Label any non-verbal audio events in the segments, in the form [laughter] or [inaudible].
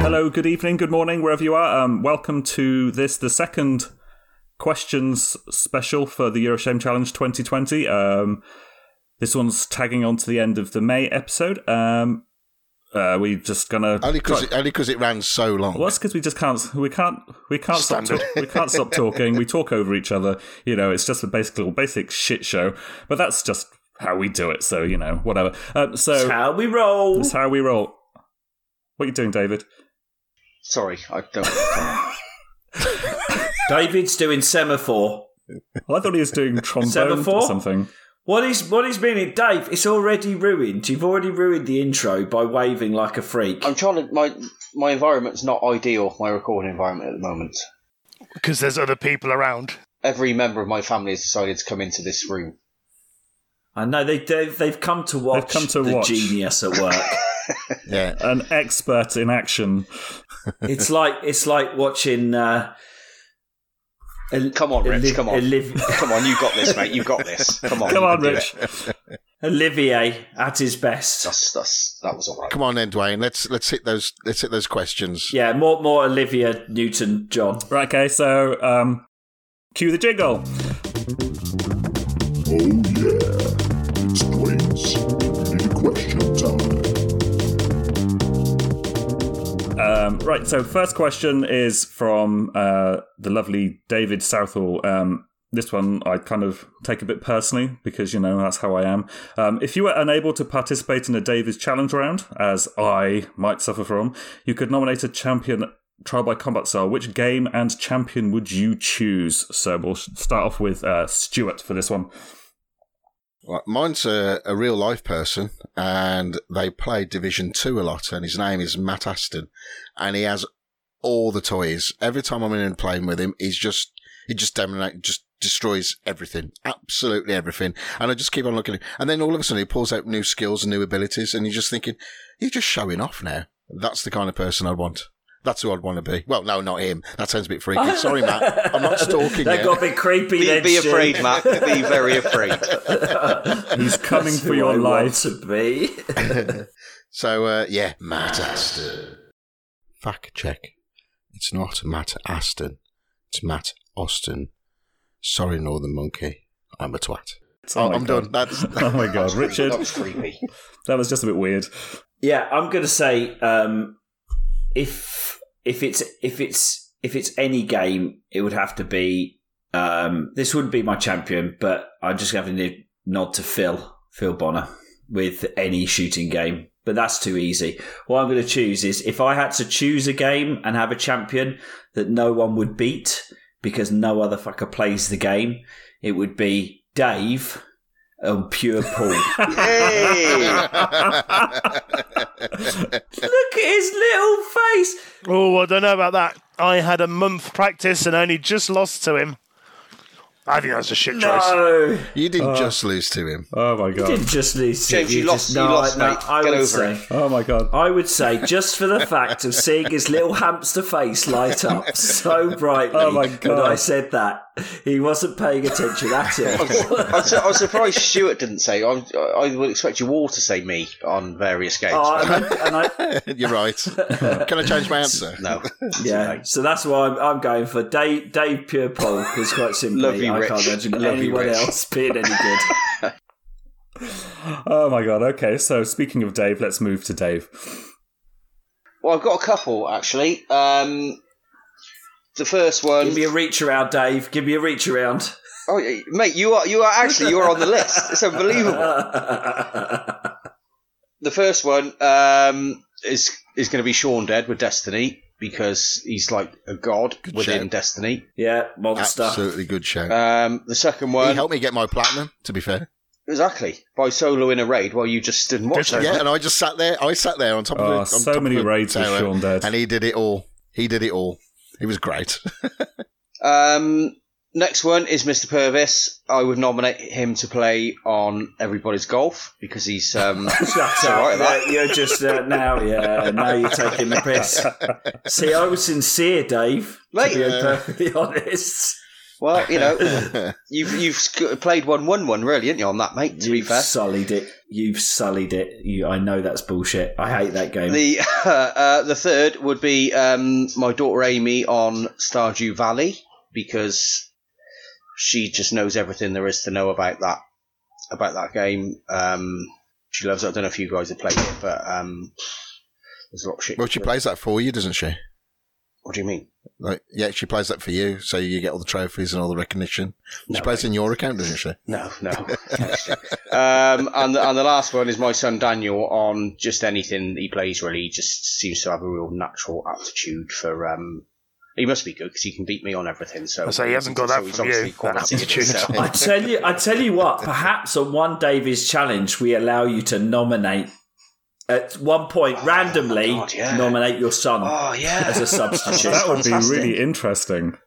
Hello, good evening, good morning, wherever you are. Um, welcome to this, the second questions special for the Euroshame Challenge 2020. Um, this one's tagging on to the end of the May episode. Um, uh, we're just gonna Only because try- it, only 'cause it ran so long. well, that's because we just can't. We can't. We can't stop. Standard. Talk, we can't stop talking. We talk over each other. You know, it's just a basic little basic shit show. But that's just how we do it. So you know, whatever. Um, That's so how we roll. that's how we roll. What are you doing, David? Sorry, I don't. David's doing semaphore. Well, I thought he was doing trombone or Semaphore? something. What is what is meaning, Dave? It's already ruined. You've already ruined the intro by waving like a freak. I'm trying to. My my environment's not ideal. My recording environment at the moment. because there's other people around. Every member of my family has decided to come into this room. I know they, they they've come to watch come to the watch. genius [laughs] at work. Yeah. An expert in action. it's like it's like watching. Uh, El- Come on, Rich. Oliv- Come on. Oliv- Come on, you got this, mate. You got this. Come on. Come you on, [laughs] can do it. Rich. Olivier at his best. That's that's that was all right. Come on then, Dwayne. Let's let's hit those let's hit those questions. Yeah, more more Olivia Newton John. Right. Okay. So, um, cue the jingle. Oh yeah, it's Dwayne's community question time. Um, right, so first question is from uh, the lovely David Southall. Um, this one I kind of take a bit personally because, you know, that's how I am. Um, if you were unable to participate in a Davis challenge round, as I might suffer from, you could nominate a champion trial by combat style. Which game and champion would you choose? So we'll start off with uh, Stuart for this one. Right, mine's a, a real life person, and they play Division Two a lot, and his name is Matt Aston, and he has all the toys. Every time I'm in and playing with him, he's just he just dominates, just destroys everything, absolutely everything. And I just keep on looking at him, and then all of a sudden he pulls out new skills and new abilities, and you're just thinking, you're just showing off now. That's the kind of person I want. That's who I'd want to be. Well, no, not him. That sounds a bit freaky. Sorry, Matt. I'm not stalking [laughs] That you. got a bit creepy. Be, then, be Stu. afraid, Matt. Be very afraid. [laughs] He's coming That's for who your I want life. to be. So uh, yeah, Matt Aston. Fact check. It's not Matt Aston. It's Matt Austin. Sorry, Northern Monkey. I'm a twat. Oh my I'm God. done. [laughs] That's [laughs] Oh my God, Richard, That was creepy. [laughs] that was just a bit weird. Yeah, I'm gonna say um, if if it's if it's if it's any game, it would have to be um, this wouldn't be my champion, but I'm just having to nod to Phil Phil Bonner with any shooting game. But that's too easy. What I'm going to choose is if I had to choose a game and have a champion that no one would beat because no other fucker plays the game, it would be Dave on pure pool. Hey, Look at his little face. Oh, I don't know about that. I had a month practice and only just lost to him. I think that's a shit choice. No, [laughs] you Uh. didn't just lose to him. [laughs] Oh my God. didn't just lose. to James, you just- lost- you lost, I, mate. I Get would over say, Oh my God. I would say, just for the fact of seeing his little hamster face light up [laughs] so brightly Oh my when God. I said that, he wasn't paying attention at [laughs] all. I'm, su- I'm surprised Stuart didn't say. I'm, I would expect you all to say me on various games. Oh, and I- and [laughs] I- [laughs] You're right. Can I change my answer? no, [laughs] yeah, so that's why I'm, I'm going for Dave, Dave Purepole because quite simply, Love you, I Rich. can't imagine Love you, anyone Rich. else being any good. [laughs] Oh my god. Okay, so speaking of Dave, let's move to Dave. Well, I've got a couple actually. Um, the first one, Give me a reach around, Dave. Give me a reach around. oh, y- mate, you are you are actually you are on the list. It's unbelievable. The first one um, is is going to be Sean Dead with Destiny because he's like a god within shout. Destiny. [laughs] yeah, monster. Absolutely good show. Uh, Um, the second he one, helped me get my platinum. To be fair, exactly by solo in a raid while you just stood and watched. Did it. yeah, and I just sat there. I sat there on top of Oh, the on so top of many the raids with tower, Sean Dead. [laughs] and he did it all. He did it all. He was great. Um, Next one is Mr. Purvis. I would nominate him to play on everybody's golf because he's um, Shut all right, up. that. Yeah, You're just uh, [laughs] now, yeah, now you're taking the piss. See, I was sincere, Dave. Mate. To be perfectly [laughs] honest. well, you know, you've you've sc- played one one one really, haven't you, on that, mate? To be You've fair, sullied it. You've sullied it. You, I know that's bullshit. I hate that game. the [laughs] uh, the third would be um, my daughter Amy on Stardew Valley because she just knows everything there is to know about that about that game. Um, she loves it. I don't know if you guys have played it, but um, there's a lot of shit. Well, she plays that for you, doesn't she? What do you mean? Like, yeah, she plays that for you, so you get all the trophies and all the recognition. She No, plays in your account, doesn't she? No, no. um, and the, and the last one is my son Daniel on just anything he plays. Really, he just seems to have a real natural aptitude for. Um, he must be good because he can beat me on everything. So, So he hasn't got that he's from obviously you, that quality in it, aptitude. so- I tell you, I tell you what. Perhaps on one Davies challenge, we allow you to nominate at one point randomly Oh, God, yeah. nominate your son Oh as yeah, a substitute. That would be Fantastic. really interesting.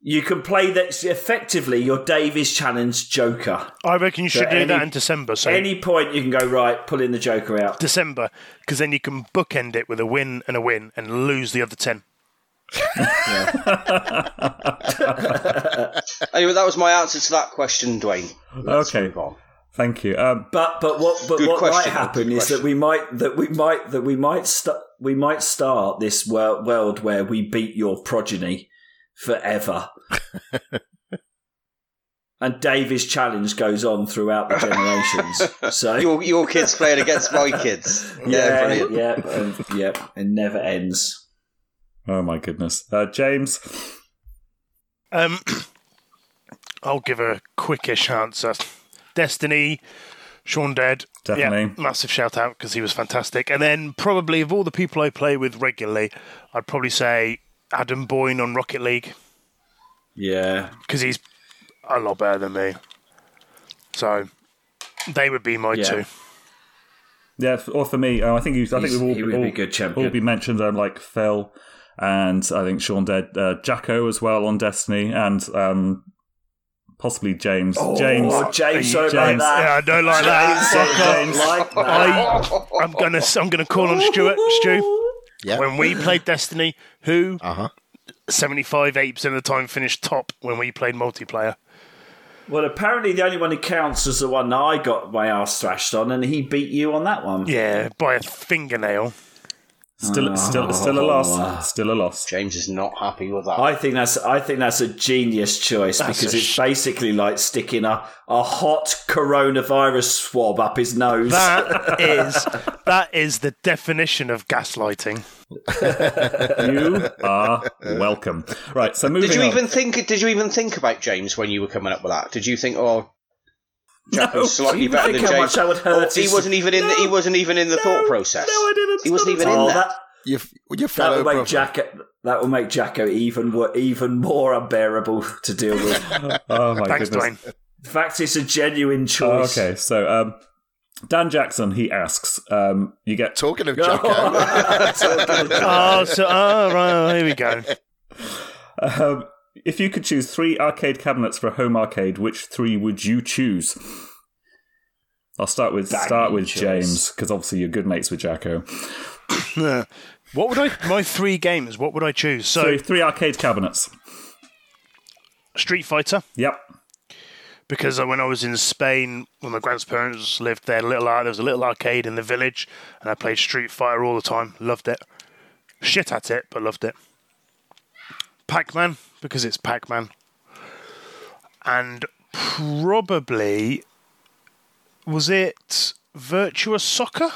you can play that effectively. Your Davies challenge Joker. I reckon you So should do that any- in December. So Any point you can go right, pulling the Joker out. December, because then you can bookend it with a win and a win and lose the other ten. anyway, that was my answer to that question, Dwayne. Let's Okay. move on. Thank you. Um, But but what but Good what question, might happen good is that question. we might that we might that we might st- we might start this world, world where we beat your progeny [laughs] forever. And Davis challenge goes on throughout the generations. [laughs] So Your your kids playing against my [laughs] kids. Yeah, yeah, brilliant. yeah, um, yeah, it never ends. oh my goodness, uh, James. Um, [clears throat] I'll give a quickish answer. Destiny, Sean Dead. Definitely. Yeah, massive shout out because he was fantastic. And then probably of all the people I play with regularly, I'd probably say Adam Boyne on Rocket League Yeah, because he's a lot better than me. So they would be my Yeah. two. Yeah, f- or for me, uh, I think you, I think He's- we've all, he would all, be good champion. all be mentioned. Um, like Phil, and I think Sean Dead, uh, Jacko as well on Destiny, and um, possibly James. James, oh, James, don't like James. Yeah, that. I don't like that. Fuck off. James. Like that. I, I'm gonna I'm gonna call on Stuart. Stu, Yeah. when we played Destiny, who Uh huh. 75 8% of the time finished top when we played multiplayer. Well, apparently the only one who counts is the one that I got my ass thrashed on, and he beat you on that one. Yeah, by a fingernail. still, still, still a loss. Still a [laughs] loss. James is not happy with that. I think that's I think that's a genius choice because a it's sh- basically like sticking a, a hot coronavirus swab up his nose. That is that is the definition of gaslighting. You are welcome. Right, so moving did you on. even think? Did you even think about James when you were coming up with that? Did you think, oh, Jack No, was slightly you better think than how James? much I would hurt Or he his- wasn't even in. the, he wasn't even in the thought process. No, I didn't. He wasn't Not even at in all. oh, there. that Your, your that fellow will make brother. Jacko that will make Jacko even wo- even more unbearable to deal with. Oh my Thanks, goodness. Dwayne. In fact, it's a genuine Oh, choice. [laughs] okay, so um, Dan Jackson he asks, um, you get Talking of Jacko, [laughs] Oh, so oh, right, here we go. [laughs] um, if you could choose three arcade cabinets for a home arcade, which three would you choose? I'll start with start with choice. James because obviously you're good mates with Jacko. What would I my three games? What would I choose? So Three, three arcade cabinets. Street Fighter Yep. because uh, when I was in Spain, when my grandparents lived there, little ar- there was a little arcade in the village, and I played Street Fighter all the time. Loved it. Shit at it, but loved it. Pac Man because it's Pac Man, and probably was it Virtua Soccer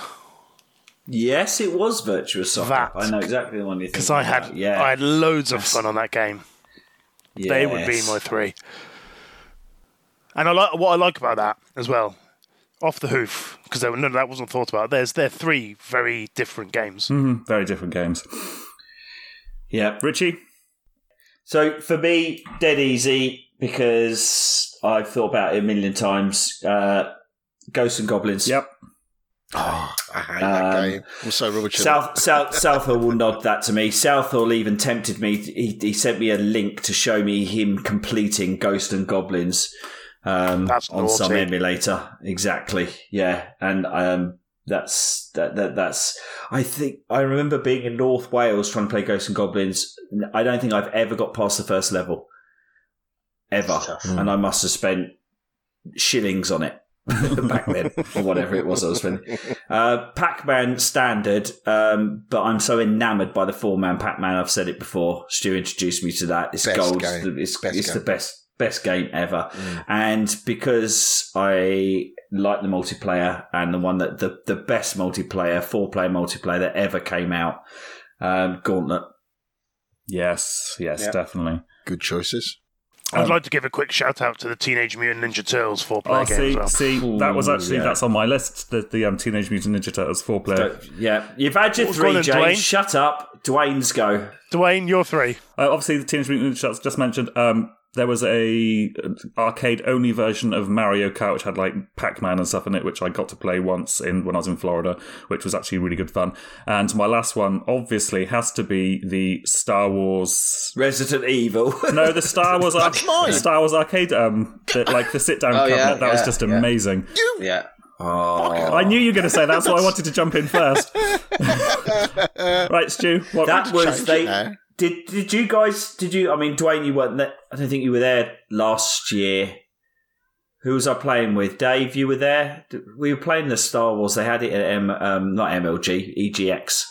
Yes, it was virtuous soccer. That. I know exactly the one you think. because I had yeah, I had loads of fun on that game. They would be yes. my three. And I like what I like about that as well, off the hoof, because none of that wasn't thought about. There's they're three very different games. Mhm, Very different games. Yeah, Richie. So for me, dead easy because I've thought about it a million times. Uh, Ghosts and Goblins. Yep. Oh, I hate that Um, game. I'm so rubbish at it. South, South Southall will nod that to me. Southall even tempted me. He, he sent me a link to show me him completing Ghost and Goblins um, That's on some naughty. emulator. Exactly. Yeah, and um, that's that, that. That's. I think I remember being in North Wales trying to play Ghost and Goblins. I don't think I've ever got past the first level, ever, It's tough. and I must have spent shillings on it [laughs] back then, or whatever it was I was spending. Uh, Pac Man standard, um, but I'm so enamoured by the four man Pac Man. I've said it before. Stu introduced me to that. It's Best gold. game. It's, Best it's the game. best best game ever. Mm. And because I like the multiplayer and the one that the, the best multiplayer, four player multiplayer that ever came out, um, Gauntlet. Yes, yes, Yeah. definitely. Good choices. I'd Um, like to give a quick shout out to the Teenage Mutant Ninja Turtles four player Oh, game. see, as well. see, that was Ooh, actually yeah. that's on my list. The, the um, Teenage Mutant Ninja Turtles four player. Don't- yeah, you've had your What's three, going on, James. Dwayne? Shut up. Dwayne's go. Dwayne, you're three. Uh, obviously, the Teenage Mutant Ninja Turtles just mentioned. Um, there was a arcade only version of Mario Kart, which had like Pac Man and stuff in it, which I got to play once in when I was in Florida, which was actually really good fun. And my last one, obviously, has to be the Star Wars. Resident Evil. [laughs] No, the Star [laughs] Wars. Ar- the Star Wars arcade. Um, the, like the sit down Oh, cabinet. yeah, that was yeah, just yeah. amazing. Yeah. Oh. I knew you were going to say that's why [laughs] I wanted to jump in first. right, Stu. What, that was it they now. did did you guys did you i mean dwayne you weren't there i don't think you were there last year who was i playing with dave you were there D- we were playing the star wars they had it at M, um, not mlg egx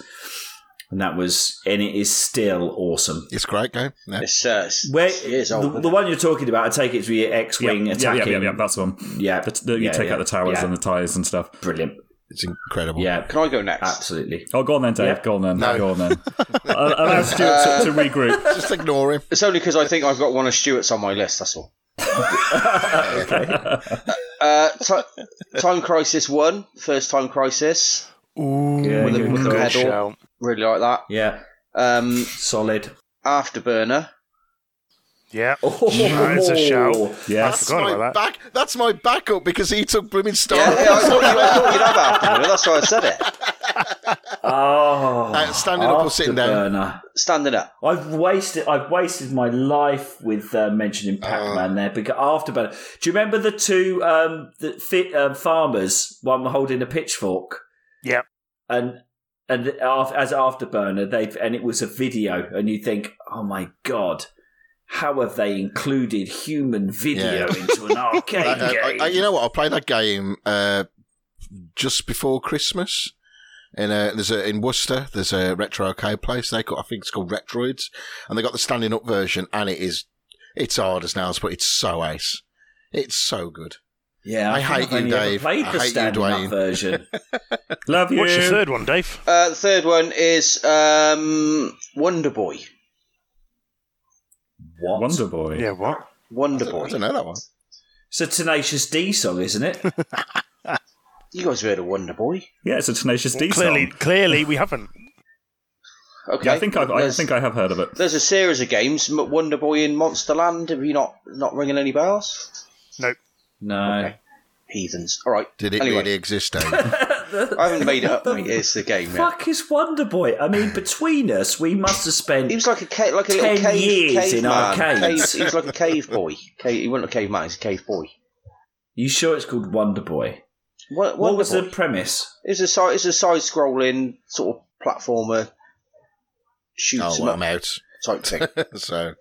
and that was and it is still awesome It's a great game. Yeah. It's, uh, it's where years old. the, the one you're talking about i take it to your yeah, x-wing yeah, yeah, attacking yeah, yeah, that's the one. Yeah, The t- the- you yeah, take yeah, out the towers yeah. and the tires and stuff. brilliant It's incredible. yeah Can I go next? absolutely Oh, go on then, Dave. Yeah. Go on then. No. Go on then. I'll allow Stuart to, to regroup. Just ignore him. It's only because I think I've got one of Stuart's on my list. [laughs] That's all. Uh, Ti- time Crisis One, First Time Crisis. Ooh, Yeah, with a- good with a call. good shout. Really like that. yeah Um, solid [laughs] Afterburner. Yeah. oh That's a shout. Yes. forgot my about back. That's my backup because he took blooming Star Yeah, Wars. yeah, I thought, you, I thought you'd have Afterburner. That's why I said it. oh Uh, standing up or sitting down. Afterburner. Standing up. I've wasted I've wasted my life with uh, Ah. mentioning Pac Man there because after but do you remember the two um the fit um, farmers one holding a pitchfork Yeah. and and af- as afterburner they and it was a video and you think oh my god how have they included human video Yeah. into an [laughs] arcade I- Uh, I- game I- you know what? I played that game uh, just before Christmas. In uh there's a in Worcester, there's a retro arcade place. They got, I think it's called Retroids, and they got the standing up version, and it is it's hard as nails, but it's so ace. It's so good. yeah I think hate I've you, only ever Dave. played I the hate you, standing up Dwayne. [laughs] version Love you. What's your third one, Dave? Uh, the third one is um, Wonder Boy. what Wonder Boy. Yeah, what? Wonder I Boy. don't know that one. it's a Tenacious D song isn't it You guys heard of Wonder Boy? Yeah, it's a Tenacious D song. Clearly, clearly, we haven't. Okay. Yeah, I think I've, I There's- think I have heard of it. There's a series of games, M- Wonder Boy in Monsterland. Have you not not ringing any bells? No. no Okay. Heathens. All right. Did it Anyway. really exist? Oh, Dave? I haven't made it up, mate. It's the game. Yeah. fuck is Wonder Boy? I mean, between us, we must have spent. He was like a ca- like a Ten little cave, years cave in man. arcades. Cave, he was like a cave boy. Cave, he wasn't a cave man. He's a cave boy. you sure it's called Wonder Boy? What, What was the premise? It's a side. It's a side-scrolling sort of platformer. Shoot oh, 'em well, up I'm out. [laughs] type thing. so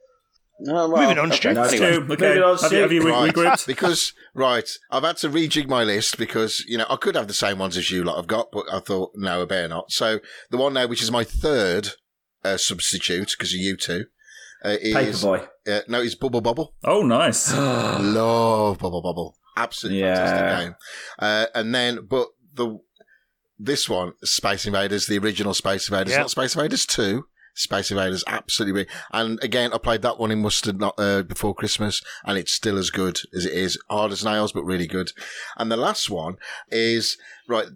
No, well, Moving on, Stu. okay, Stu, anyway. okay. Moving on, have, you, have you re- right, regrouped? because right, I've had to rejig my list because you know I could have the same ones as you lot have got, but I thought no, I better not. So the one now, which is my third uh, substitute because of you two, uh, is Paperboy. uh, no, it's Bubble Bobble. Oh, [laughs] nice. [sighs] [sighs] Love Bubble Bobble, absolutely Yeah. fantastic game. Uh, and then, but the this one, Space Invaders, the original Space Invaders, Yeah. not Space Invaders two. Space Invaders, absolutely. brilliant. And again, I played that one in Worcester not, uh, before Christmas, and it's still as good as it is. Hard as nails, but really good. And the last one is, right,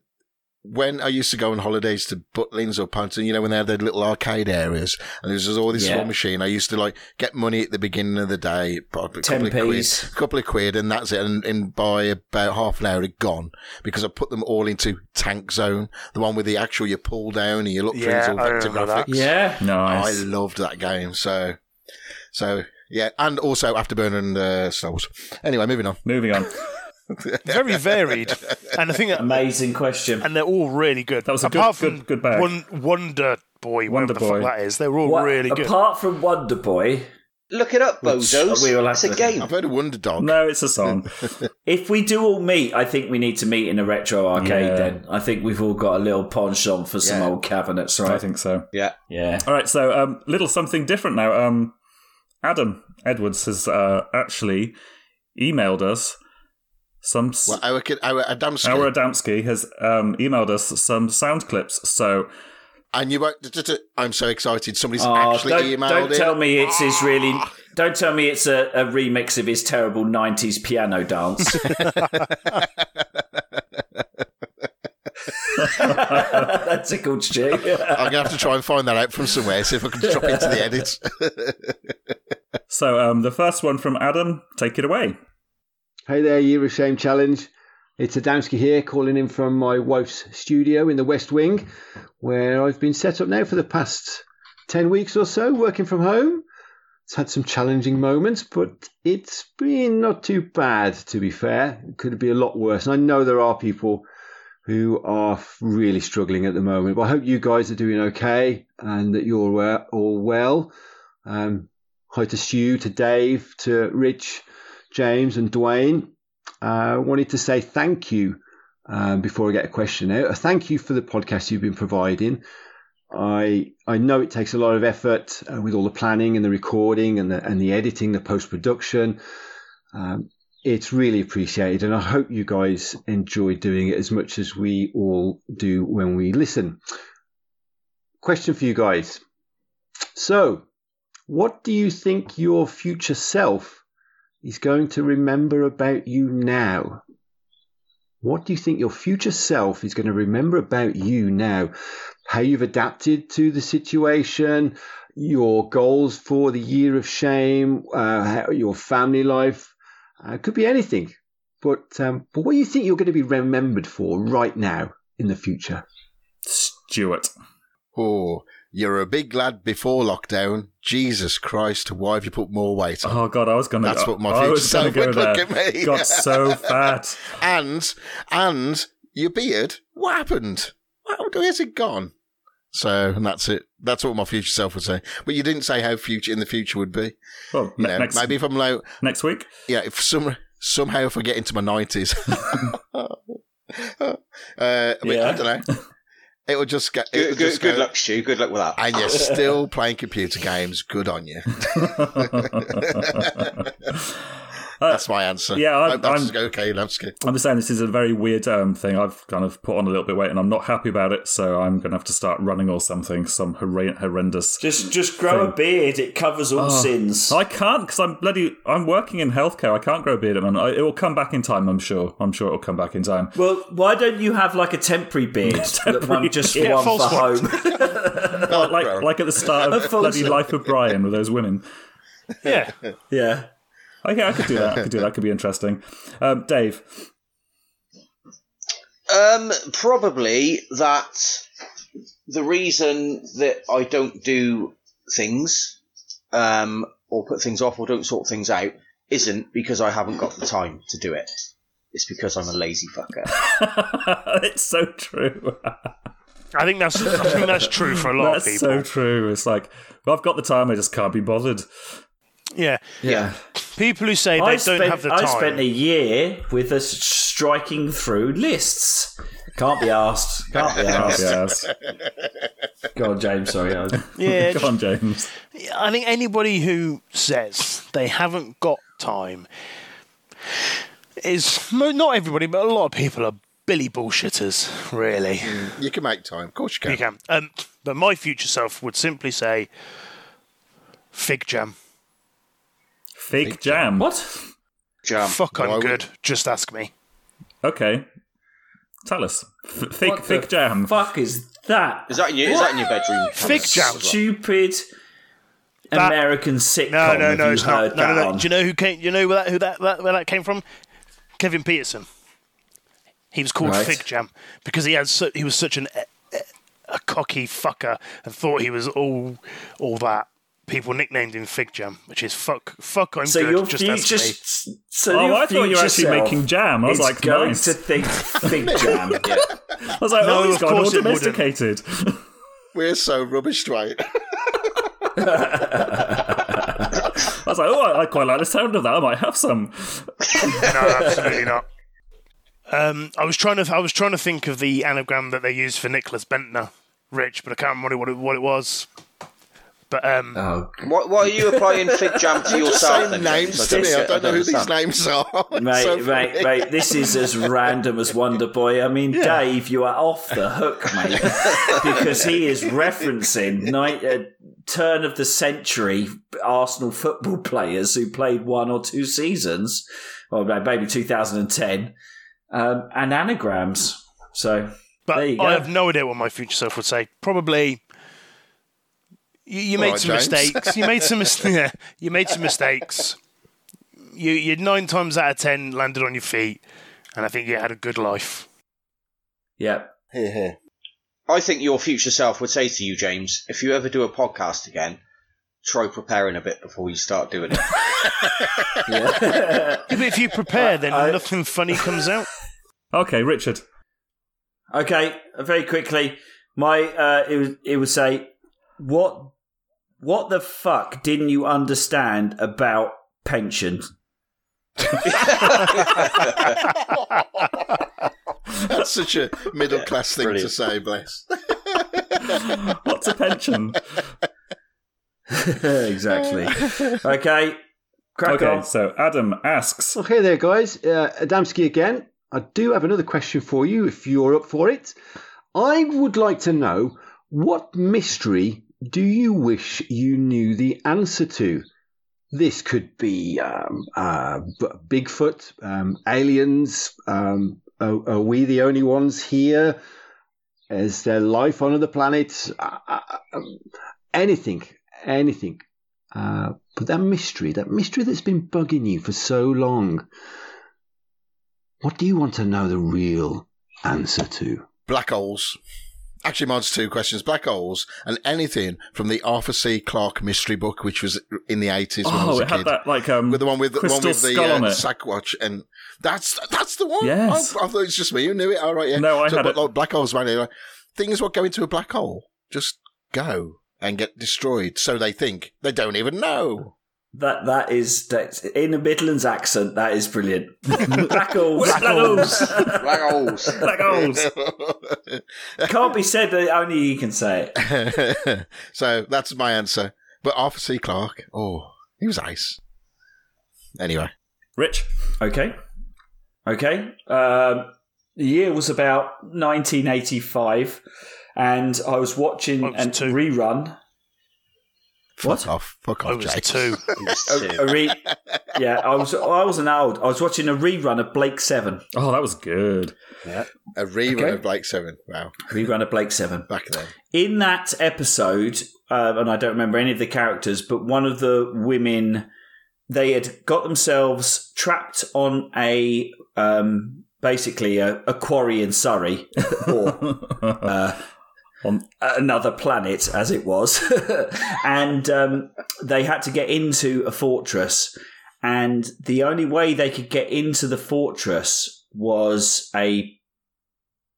when I used to go on holidays to Butlins or Panton, you know, when they had their little arcade areas and there was just all this Yeah. small machine, I used to like get money at the beginning of the day, probably a 10 couple of quid, Ps. a couple of quid, and that's it. And, and by about half an hour, it gone because I put them all into Tank Zone, the one with the actual you pull down and you look through Yeah, these all I vector remember that. graphics. Yeah. Nice. I loved that game. So, so yeah, and also Afterburner and uh, Star Wars. Anyway, moving on. Moving on. Very varied, and I think that, Amazing question. and they're all really good. That was a good- apart good- from good bag. Won- Wonder Boy, Wonder whatever the Boy. fuck that is. They were all What- really good. Apart from Wonder Boy, Look it up, Which bozos. we will have it's a to- game. I've heard of Wonder Dog. No, it's a song. if we do all meet, I think we need to meet in a retro arcade. Yeah. Then I think we've all got a little penchant for some Yeah. old cabinets, I right? think so. Yeah. yeah. All right, so um, little something different now. Um, Adam Edwards has uh, actually emailed us some. s- Well, our kid, our Adamski. Our Adamski has um, emailed us some sound clips. So and you won't. d- d- d- I'm so excited. Somebody's Oh, actually don't, emailed don't in. tell me it's his really. Don't tell me it's a, a remix of his terrible '90s piano dance. [laughs] That's a good shit. I'm gonna have to try and find that out from somewhere. See if I can drop into [laughs] the edit. [laughs] so um, the first one from Adam, take it away. Hey there, Year of Shame Challenge. It's Adamski here, calling in from my wife's studio in the West Wing, where I've been set up now for the past 10 weeks or so, working from home. It's had some challenging moments, but it's been not too bad, to be fair. It could be a lot worse. And I know there are people who are really struggling at the moment, but I hope you guys are doing okay and that you're uh, all well. Um, hi to Stu, to Dave, to Rich. James and Dwayne. I wanted to say thank you um, before I get a question out. A Thank you for the podcast you've been providing. I I know it takes a lot of effort uh, with all the planning and the recording and the and the editing, the post production. Um, it's really appreciated, and I hope you guys enjoy doing it as much as we all do when we listen. Question for you guys. So, what do you think your future self is going to remember about you now. What do you think your future self is going to remember about you now? How you've adapted to the situation, your goals for the year of shame, uh, how, your family life. Uh, it could be anything. But, um, but what do you think you're going to be remembered for right now in the future? Stuart. Oh, you're a big lad before lockdown. Jesus Christ, why have you put more weight on? Oh God, I was gonna. That's what my I was future gonna self go would look there. at me. Got [laughs] so fat. And and your beard. What happened? What, where's it gone? So and that's it. That's what my future self would say. But you didn't say how future in the future would be. Well, You ne- know, next maybe if I'm low, next week. [laughs] yeah, if some somehow if I get into my nineties, [laughs] uh, I, mean, I Yeah. don't know. It will just get. it Good, would good, just good go, luck, Stu. Good luck with that. And [laughs] you're still playing computer games. Good on you. Uh, That's my answer. yeah, I'm- Hope that's I'm- okay, Lamsky. I'm just saying this is a very weird um, thing. I've kind of put on a little bit of weight, and I'm not happy about it. So I'm going to have to start running or something, some horre- horrendous. Just just grow a beard. It covers all sins. I can't because I'm bloody. I'm working in healthcare. I can't grow a beard at the moment. I- It will come back in time. I'm sure. I'm sure it will come back in time. well, why don't you have like a temporary beard? that one just beard. one False for one. home. Like like, like at the start [laughs] of Full bloody circle. Life of Brian with those women. yeah, [laughs] yeah. Okay, I could do that. I could do that. Could be interesting. Um, Dave, [laughs] Um, probably that the reason that I don't do things, um, or put things off, or don't sort things out, isn't because I haven't got the time to do it. It's because I'm a lazy fucker. it's so true. I think that's I think that's true for a lot That's of people. so true. It's like well, I've got the time. I just can't be bothered. Yeah, yeah. people who say they I don't spent, have the I time. spent a year with us striking through lists. Can't be asked. Can't be Oh, asked. yes. Go on, James. Sorry. I was- [laughs] [laughs] yeah, Come on, James. I think anybody who says they haven't got time is mo- not everybody, but a lot of people are Billy bullshitters, really. You can make time. Of course you can. You can. Um, but my future self would simply say fig jam. Fig jam. What? Jam. Fuck, I'm why would- good. Just ask me. Okay. Tell us. F- fig, What fig the jam. Fuck is that? Is that in your, is that in your bedroom? Fig jam. stupid That- American sitcom? No, no, have no, you it's heard not. No, that no, on? no. Do you know who came? You know where that who that, that where that came from? Kevin Peterson. He was called Right. Fig Jam because he had su- he was such an a, a cocky fucker and thought he was all all that. People nicknamed him Fig Jam, which is fuck fuck. I'm So good. your just future, as me. so Oh, your I thought you were future actually self making jam. I was is like, going nice. to think fig [laughs] jam. Yeah. I was like, No, oh, he's of gone all course it wouldn't. domesticated. We're so rubbish, right? [laughs] I was like, oh, I, I quite like the sound of that. I might have some. No, absolutely not. Um, I was trying to I was trying to think of the anagram that they used for Nicholas Bentner, Rich, but I can't remember what it, what it was. But um, Oh, God. What, what are you applying fig jam [laughs] to Just yourself? saying Then, names James? to me. I just- uh, don't know who these understand. names are. [laughs] mate, So mate, funny. mate, this is as random as Wonder Boy. I mean, Dave, you are off the hook, mate, [laughs] because he is referencing night, uh, turn of the century Arsenal football players who played one or two seasons, or maybe 2010, um, and anagrams. So But There you go. I have no idea what my future self would say. Probably, you, you made right, some James. mistakes. You made some mis- [laughs] yeah, You made some mistakes. You you nine times out of ten landed on your feet, and I think you had a good life. yeah, [laughs] Here, here. I think your future self would say to you, James, if you ever do a podcast again, try preparing a bit before you start doing it. yeah. Yeah, but if you prepare, then I- nothing funny comes out. Okay, Richard. Okay, very quickly, my uh, it would it would say, what what the fuck didn't you understand about pension? That's such a middle class thing to brilliant. say, bless. What's a pension? [laughs] exactly. Okay, crack okay, on. so Adam asks. Okay, there, guys. Uh, Adamski again. I do have another question for you if you're up for it. I would like to know what mystery do you wish you knew the answer to? This could be um, uh, B- Bigfoot, um, aliens. Um, are, are we the only ones here? Is there life on other planets? Uh, uh, um, anything, anything. Uh, but that mystery, that mystery that's been bugging you for so long, what do you want to know the real answer to? Black holes. Actually, mine's two questions. Black holes and anything from the Arthur C. Clarke mystery book, which was in the 80s when I was Oh, a it had kid. that like um, with the one with the crystal one with the skull on uh, it. Sackwatch, and that's that's the one. Oh, Yes. I, I thought it was just me who knew it. All right, yeah. No, I so, had but it. like black holes, man. Like, thing is, what go into a black hole? Just go and get destroyed. So they think they don't even know. That that is that's, in a Midlands accent. That [laughs] is brilliant. Black holes. Black holes. Black holes. black holes. Can't be said. That only you can say it. [laughs] so that's my answer. But Arthur C. Clarke, oh, he was ice. Anyway, Rich. Okay. Okay. Um, the year was about 1985, and I was watching I was an two. rerun. fuck off, fuck I off, was Jake. two. A re- yeah, I was. I wasn't old. I was watching a rerun of Blake Seven. Oh, that was [laughs] good. A rerun Okay. of Blake Seven. Wow, Rerun of Blake Seven. [laughs] back then. [laughs] in that episode, uh, and I don't remember any of the characters, but one of the women, they had got themselves trapped on a um, basically a, a quarry in Surrey [laughs] or uh, On- another planet, as it was, [laughs] and um, they had to get into a fortress. And the only way they could get into the fortress was a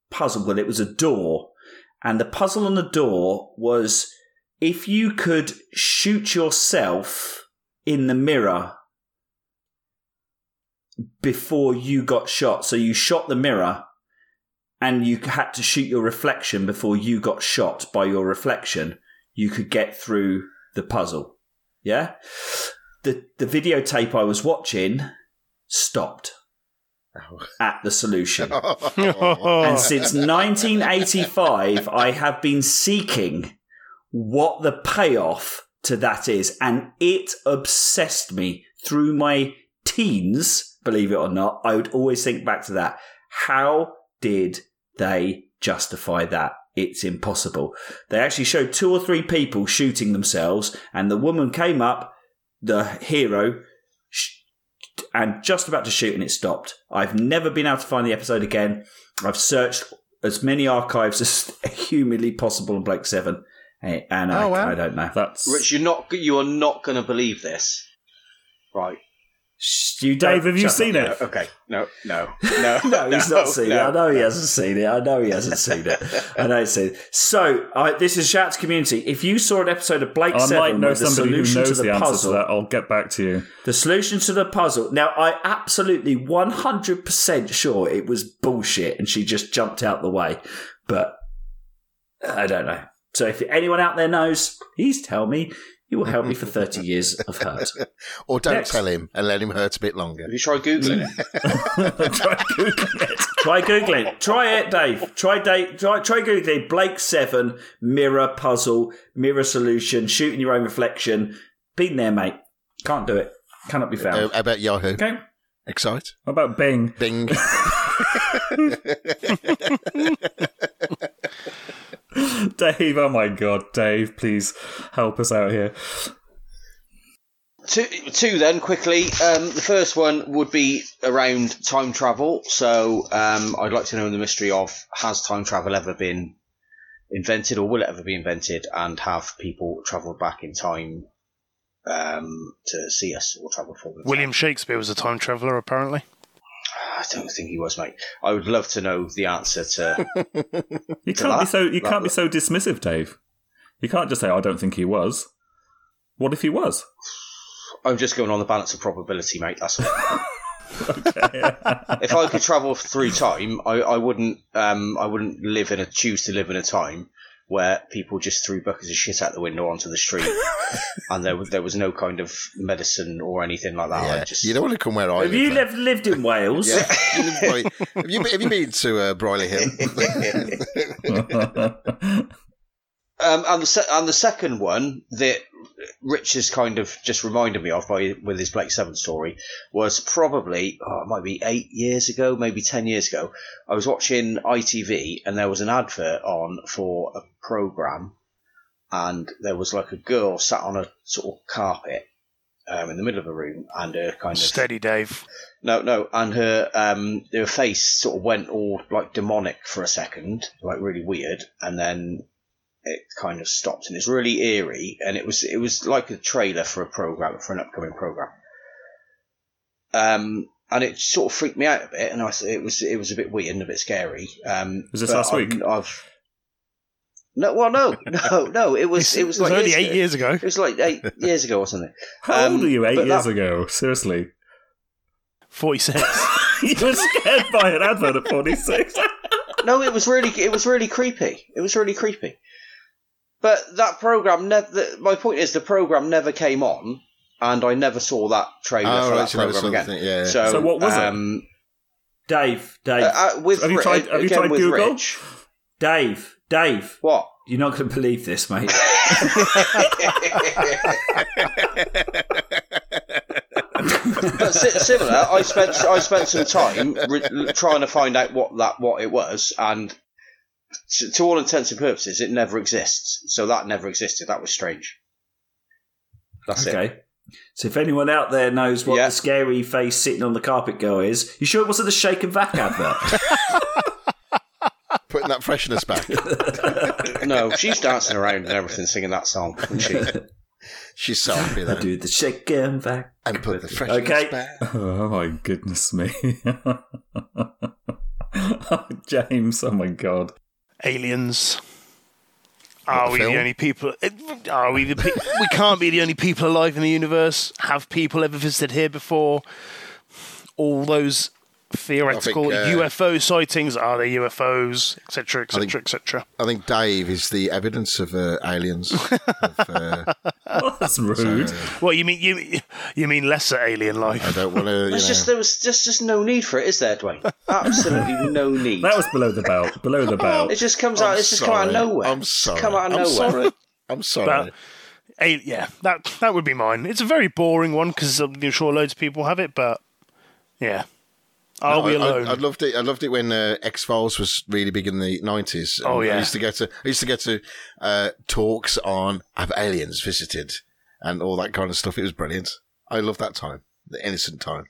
puzzle. Well, it was a door and the puzzle on the door was if you could shoot yourself in the mirror before you got shot. So you shot the mirror and you had to shoot your reflection before you got shot by your reflection. You could get through the puzzle. Yeah? The, the videotape I was watching stopped at [laughs] the solution. [laughs] Oh. And since 1985, I have been seeking what the payoff to that is. And it obsessed me through my teens, believe it or not. I would always think back to that. How did they justify that. It's impossible. They actually showed two or three people shooting themselves, and the woman came up, the hero, sh- and just about to shoot, and it stopped. I've never been able to find the episode again. I've searched as many archives [laughs] as humanly possible on Blake Seven, and and I, Oh, wow. I don't know. That's Rich, you're not. You are not going to believe this, right? Sh- You don't- Dave. Have you shut seen up. it? Okay. No. No. No. [laughs] no, he's [laughs] not seen it. no. I know he hasn't seen it. I know he hasn't seen it. I know he's seen it. So, I, this is Shout's Community. If you saw an episode of Blake I might Seven know with the somebody who solution to knows the, the answer to puzzle, that. I'll get back to you. the solution to the puzzle. Now, I absolutely 100% sure it was bullshit and she just jumped out the way. But I don't know. So, if anyone out there knows, please tell me. You will help me for 30 years of hurt. Or don't Next. tell him and let him hurt a bit longer. Have you tried Mm. googling it? Try Googling it. Try googling. it. Try it, Dave. Try Dave. Try try googling Blake Seven mirror puzzle mirror solution shooting your own reflection. Been there, mate. Can't do it. Cannot be Uh, found. about Yahoo. Oh. Okay. Excite. What about Bing? [laughs] Bing. Oh, Dave, oh my god, Dave, please help us out here. two, two then quickly. Um, the first one would be around time travel. So um, I'd like to know the mystery of has time travel ever been invented, or will it ever be invented? And have people travelled back in time um, to see us or travel forward? William Shakespeare was a time traveller, apparently. Ah, I don't think he was, mate. I would love to know the answer to. You To can't be that- so you that- can't be so dismissive, Dave. You can't just say I don't think he was. What if he was? I'm just going on the balance of probability, mate. [laughs] That's all. if I could travel through time, I, I wouldn't. Um, I wouldn't live in a choose to live in a time where people just threw buckets of shit out the window onto [laughs] the street, and there was there was no kind of medicine or anything like that. I yeah. just You don't want to come where I Have live. you mate. lived lived in Wales? Yeah. [laughs] You live by- have, you, have you been to uh, Briley [laughs] Hill? Um, and the se- and the second one that Rich has kind of just reminded me of by with his Blake Seven story was probably oh, it might be eight years ago, maybe ten years ago. I was watching ITV and there was an advert on for a program, and there was like a girl sat on a sort of carpet um, in the middle of a room, and her kind of Steady, Dave. no, no, and her um her face sort of went all like demonic for a second, like really weird, and then it kind of stopped, and it's really eerie, and it was it was like a trailer for a program for an upcoming program. Um, and it sort of freaked me out a bit, and I s- it was it was a bit weird and a bit scary. Um, Was this but last I've- week? I've no, well, no, [laughs] no, no. It was it was, It was like only eight years ago. It was like eight years ago or something. How Um, old are you eight but years that- ago? Seriously. [laughs] 46. you were scared by an advert at 46. [laughs] no, it was really it was really creepy. It was really creepy. But that program never. The, my point is, the program never came on, and I never saw that [laughs] trailer Oh, for right, that so that was program again. something, yeah. So, So what was it? um, Dave, Dave, uh, uh, with Have you Ri- tried- have you again tried with Google? Rich, Dave, Dave. what? You're not going to believe [laughs] this, mate. But si- similar, I spent I spent some time re- trying to find out what that what it was, and to, to all intents and purposes, it never exists. So that never existed. That was strange. That's it. okay. So if anyone out there knows what Yeah. the scary face sitting on the carpet girl is, you sure it wasn't the Shake and Vac [laughs] advert? [laughs] Putting that freshness [laughs] back. No, she's dancing around and everything, singing that song. Isn't [laughs] she? She's so happy I [laughs] then. do the Shake and Vac. And put the freshness Okay. back. oh my goodness me. [laughs] James, oh my god. Aliens. Are the we film? the only people? it- Are we the? Pe- we can't be the only people alive in the universe. Have people ever visited here before? All those theoretical uh, UFO sightings. Are they UFOs? Etc. Etc. Etc. I think Dave is the evidence of uh, [laughs] aliens. of, uh, Oh, that's rude. Well, you mean you you mean lesser alien I life? don't want to. There's just there was just just no need for it, is there, Dwayne? Absolutely no need. that was below the belt. Below the belt. it just comes out. It's just come out of nowhere. I'm It's sorry. Come out of I'm nowhere. Sorry. I'm sorry. But- A- yeah, that that would be mine. It's a very boring one because I'm sure loads of people have it, but yeah, Are I- we I- alone? I, loved it. I loved it when uh, X Files was really big in the nineties. Oh, yeah. I used to get to. I used to get to uh, talks on have aliens visited and all that kind of stuff. It was brilliant. I loved that time, the innocent time.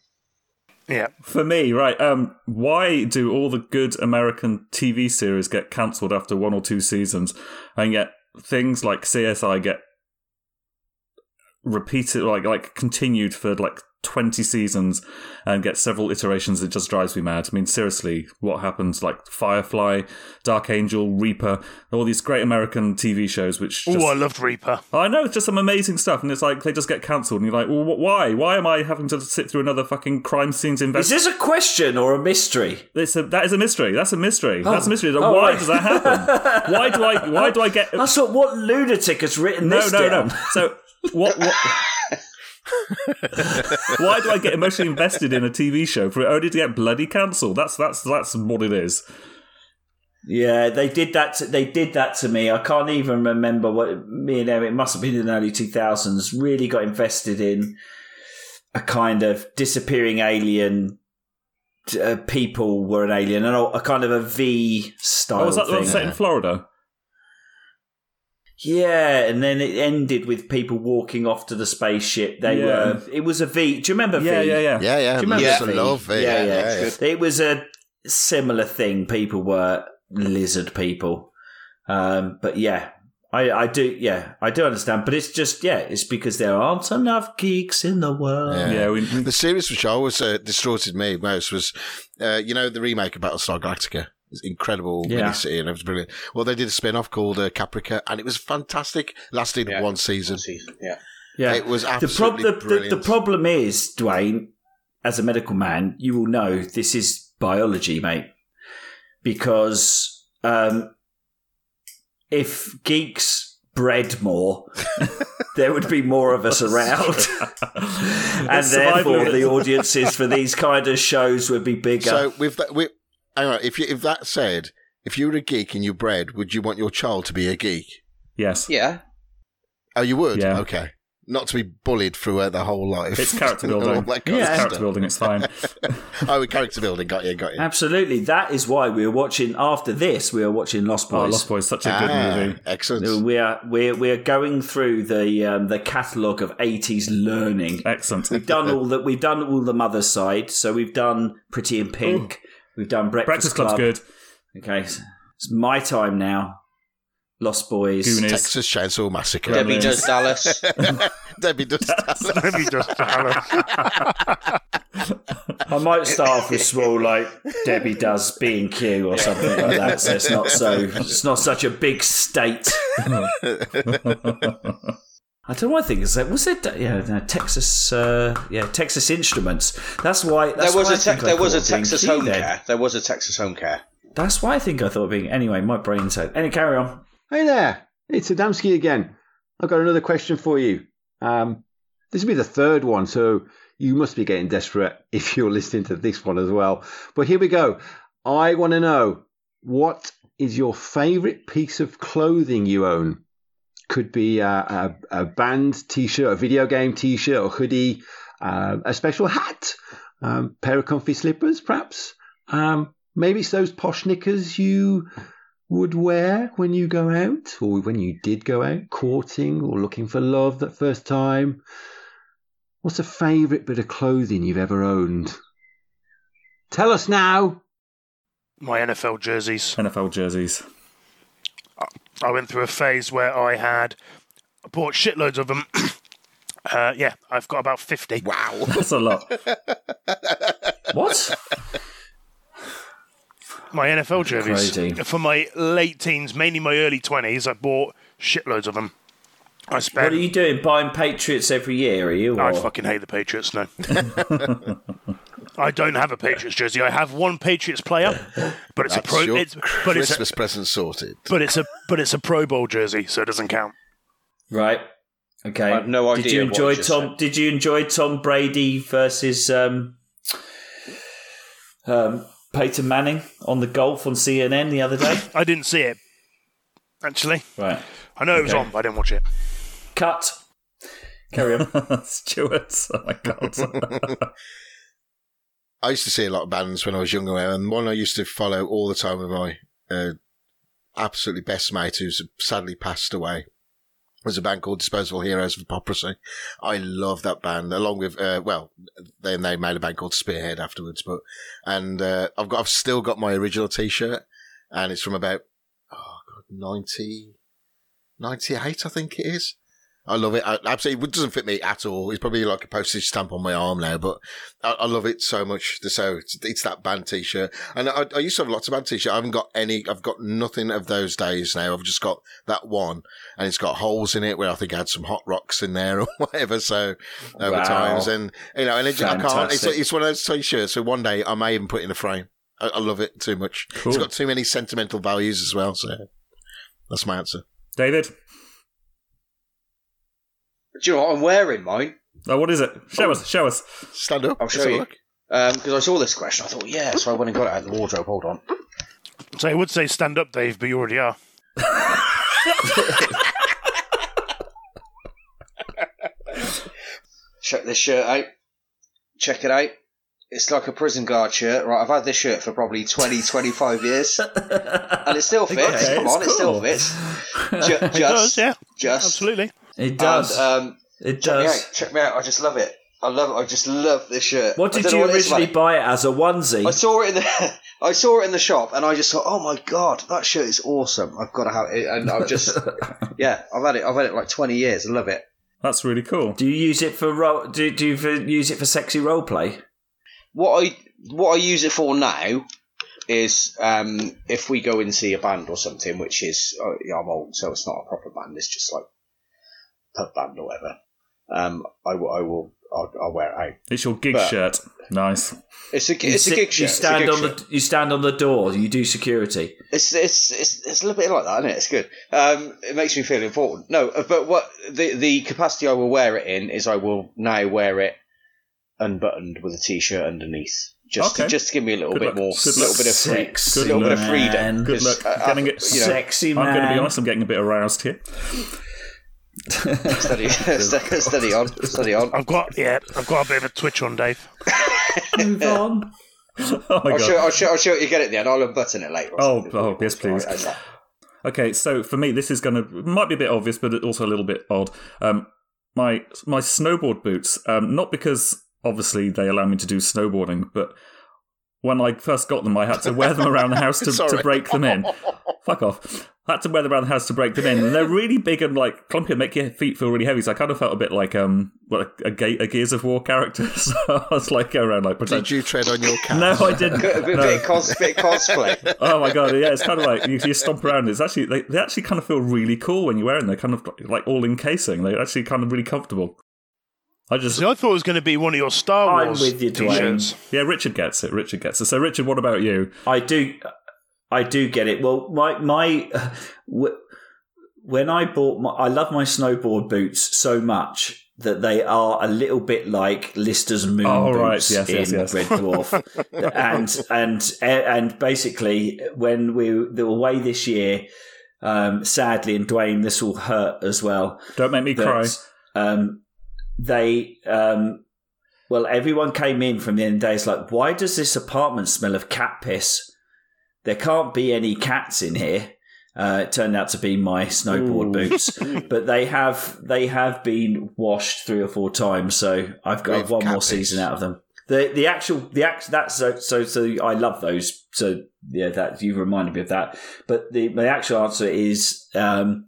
yeah. For me, right? Um, why do all the good American TV series get cancelled after one or two seasons, and yet things like CSI get repeated, like like continued for like twenty seasons, and get several iterations? It just drives me mad. I mean, seriously, what happens? Like Firefly, Dark Angel, Reaper, all these great American TV shows, which just- Oh, I loved Reaper. [laughs] I know, it's just some amazing stuff, and it's like they just get cancelled, and you're like, well, wh- why? Why am I having to sit through another fucking crime scenes Is investigation? this a question or a mystery? It's a, that is a mystery. That's a mystery. That's a mystery. Like, Oh, why right. does that [laughs] happen? why do I? Why do I get? I thought, what lunatic has written no, this no, down? no. So what? [laughs] what why do I get emotionally invested in a TV show for it only to get bloody cancelled? That's that's that's what it is. Yeah, they did that. To, they did that to me. I can't even remember what me and Eric it must have been in the early two thousands. Really got invested in a kind of disappearing alien. Uh, people were an alien, and a, a kind of a V style. Oh, was that the thing. one set in Florida? Yeah, and then it ended with people walking off to the spaceship. They Yeah. were. It was a V. Do you remember? Yeah, V? yeah, yeah. Yeah, yeah. Do you remember used to that? love it. Yeah, yeah, yeah. It was a similar thing. People were lizard people, um, but yeah, I, I do. Yeah, I do understand. But it's just yeah, it's because there aren't enough geeks in the world. Yeah. Yeah, we, [laughs] The series which always uh, distorted me most was, uh, you know, the remake of Battlestar Galactica. It's incredible Yeah. miniseries and it was brilliant. Well, they did a spin off called uh, Caprica and it was fantastic. Lasted Yeah. one season. season. [laughs] Yeah. Yeah. It was the, prob- absolutely the, brilliant. the, the problem is, Dwayne, as a medical man, you will know this is biology, mate. Because um, if geeks bred more, [laughs] there would be more of [laughs] [laughs] us around. and It's survival, therefore, the isn't it? audiences for these kind of shows would be bigger. So with that, with, hang on, if you, if that said, if you were a geek and you bred, would you want your child to be a geek? yes. [laughs] Yeah. Oh, you would. Yeah. Okay. Not to be bullied throughout the whole life. It's [laughs] character And all building. that kind of It's Yeah. character stuff. building. It's fine. [laughs] oh, character building. Got you. Got you. Absolutely. That is why we are watching, after this, we are watching Lost Oh, Boys. Lost Boys, such a good Ah, movie. Excellent. We are we're we're going through the um, the catalogue of eighties learning. [laughs] Excellent. We've done all that. We've done all the mother's side. So we've done Pretty in Pink. We've done Breakfast Breakfast, Club's Club. good. Okay, s- it's my time now. Lost Boys. Goonies. Texas Chainsaw Massacre. Gremlins. Debbie does [laughs] Dallas. [laughs] [laughs] Debbie does. Maybe just Dallas. I might start off with small, like Debbie does B and Q or something like that. So it's not so it's not such a big state. I don't know what I think is that was it yeah no, Texas uh, yeah Texas Instruments that's why that's there was why I a think te- I there was caught a B and Texas Q home then. care. There was a Texas home care. That's why I think I thought of being. Anyway, my brain's out. Anyway, carry on. Hey there, it's Adamski again. I've got another question for you. Um, this will be the third one, so you must be getting desperate [laughs] if you're listening to this one as well. But here we go. I want to know what is your favorite piece of clothing you own? Could be a, a, a band t shirt, a video game t shirt, or hoodie, uh, a special hat, um, pair of comfy slippers, perhaps. Um, maybe it's those posh knickers you would wear when you go out or when you did go out courting or looking for love that first time? What's a favourite bit of clothing you've ever owned? Tell us now. My NFL jerseys. NFL jerseys. I went through a phase where I had I bought shitloads of them. [coughs] uh, yeah, I've got about fifty. Wow. That's a lot. What? My NFL jerseys Crazy. for my late teens, mainly my early twenties. I bought shitloads of them. I what are spent. you doing? Buying Patriots every year? Are you? I or- fucking hate the Patriots. No, [laughs] I don't have a Patriots jersey. I have one Patriots player, but it's That's a pro. your It's, but it's a, Christmas present sorted. but it's a but it's a Pro Bowl jersey, so it doesn't count. Right. Okay. I have no Did idea you what enjoy you just Tom? Did you enjoy Tom Brady versus um, um, Peyton Manning on the golf on CNN the other [laughs] day? I didn't see it actually. right. I know it was Okay. on, but I didn't watch it. Cut. [laughs] Carry on. [laughs] Stewards. Oh my god. I used to see a lot of bands when I was younger, and one I used to follow all the time with my uh, absolutely best mate, who's sadly passed away, was a band called Disposable Heroes of Hypocrisy. I love that band, along with uh, well, then they made a band called Spearhead afterwards, but and uh, I've got I've still got my original T-shirt, and it's from about oh god 90, 98, I think it is. I love it. I, absolutely, it doesn't fit me at all. It's probably like a postage stamp on my arm now, but I, I love it so much. So it's, it's that band t-shirt, and I, I used to have lots of band t-shirts. I haven't got any. I've got nothing of those days now. I've just got that one, and it's got holes in it where I think I had some hot rocks in there [laughs] or whatever. So over Wow. times, and you know, and it, I can't. It's, Fantastic. it's one of those t-shirts. So one day I may even put it in a frame. I, I love it too much. It's Cool. got too many sentimental values as well. So that's my answer. David, Do you know what? I'm wearing mine oh, what is it? Show us, show us. Stand up. I'll show Let's have a you. look. because I saw this question. I thought, yeah, so I went and got it out of the wardrobe. Hold on. So I would say stand up, Dave, but you already are. Check this shirt out. Check it out. It's like a prison guard shirt. Right, I've had this shirt for probably 20, [laughs] 25 years. And it still fits. Okay, Come it's on, it still cool. [laughs] fits. Ju- just, It does, yeah, just. absolutely. It And, does. um, it check me does. out. Check me out. I just love it. I love it. I just love this shirt. What I did don't know you it is about originally it. buy it as a onesie? I saw it in the [laughs] I saw it in the shop, and I just thought, "Oh my god, that shirt is awesome! I've got to have it." And [laughs] I've just, yeah, I've had it. I've had it like twenty years. I love it. That's really cool. do you use it for role? Do, do you for, use it for sexy role play? What I what I use it for now is um, if we go and see a band or something, which is uh, yeah, I'm old, so it's not a proper band. It's just like pub band or whatever. Um, I, will- I will. I'll, I'll wear it out. It's your gig But- shirt. Nice. It's a You it's a sit- gig shirt. You stand it's a gig on shirt. the you stand on the door. You do security. It's, it's it's it's a little bit like that, isn't it? It's good. Um, it makes me feel important. No, uh, but what the the capacity I will wear it in is I will now wear it unbuttoned with a t-shirt underneath, just to, Okay. just to give me a little Good bit luck. more, Good little luck. bit of free, Sexy Good little bit of man. freedom. Good luck. 'cause, uh, Getting uh, it you know, sexy man. I'm going to be honest. I'm getting a bit aroused here. [laughs] [laughs] steady, steady, steady on, [laughs] steady on. Oh I've got yeah, I've got a bit of a twitch on, Dave. Move [laughs] on. Oh my I'll god. show, I'll show, I'll show you get it there, and I'll unbutton it later. or Oh, something. uh, oh, yes, please. Like that. [laughs] Okay, so for me, this is going to might be a bit obvious, but also a little bit odd. Um, my my snowboard boots, um, not because obviously they allow me to do snowboarding, but when I first got them, I had to wear them around the [laughs] house to, to Sorry. break them in. Fuck off! I had to wear them around the house to break them in, and they're really big and like clumpy and make your feet feel really heavy. So I kind of felt a bit like um, like a, Ge- a Gears of War character. [laughs] So I was like going around like pretend. [laughs] Did you tread on your cat? no, I didn't. Good- [laughs] a bit, No. bit, cos, bit [laughs] cosplay. Oh my god, yeah, it's kind of like you, you stomp around. It's actually they, they actually kind of feel really cool when you're wearing. them. They're kind of like all encasing. They're actually kind of really comfortable. I just See, I thought it was going to be one of your Star I'm Wars with you, Dwayne. t-shirts. yeah, Richard gets it. Richard gets it. So Richard, what about you? I do, I do get it. Well, my my [laughs] w- when I bought my, I love my snowboard boots so much that they are a little bit like Lister's moon Oh, boots right. Yes, in yes, yes. [laughs] Red Dwarf, and and and basically when we were away this year. Um, sadly, and Dwayne, this will hurt as well Don't make me cry. that, Um, they, um, well, everyone came in from the end of the day. It's like, why does this apartment smell of cat piss? There can't be any cats in here. Uh, it turned out to be my snowboard Ooh. boots, but they have they have been washed three or four times. So I've got With one cat more piss. season out of them. The the actual the act that's so so so I love those. So yeah, that you reminded me of that. But the my actual answer is um,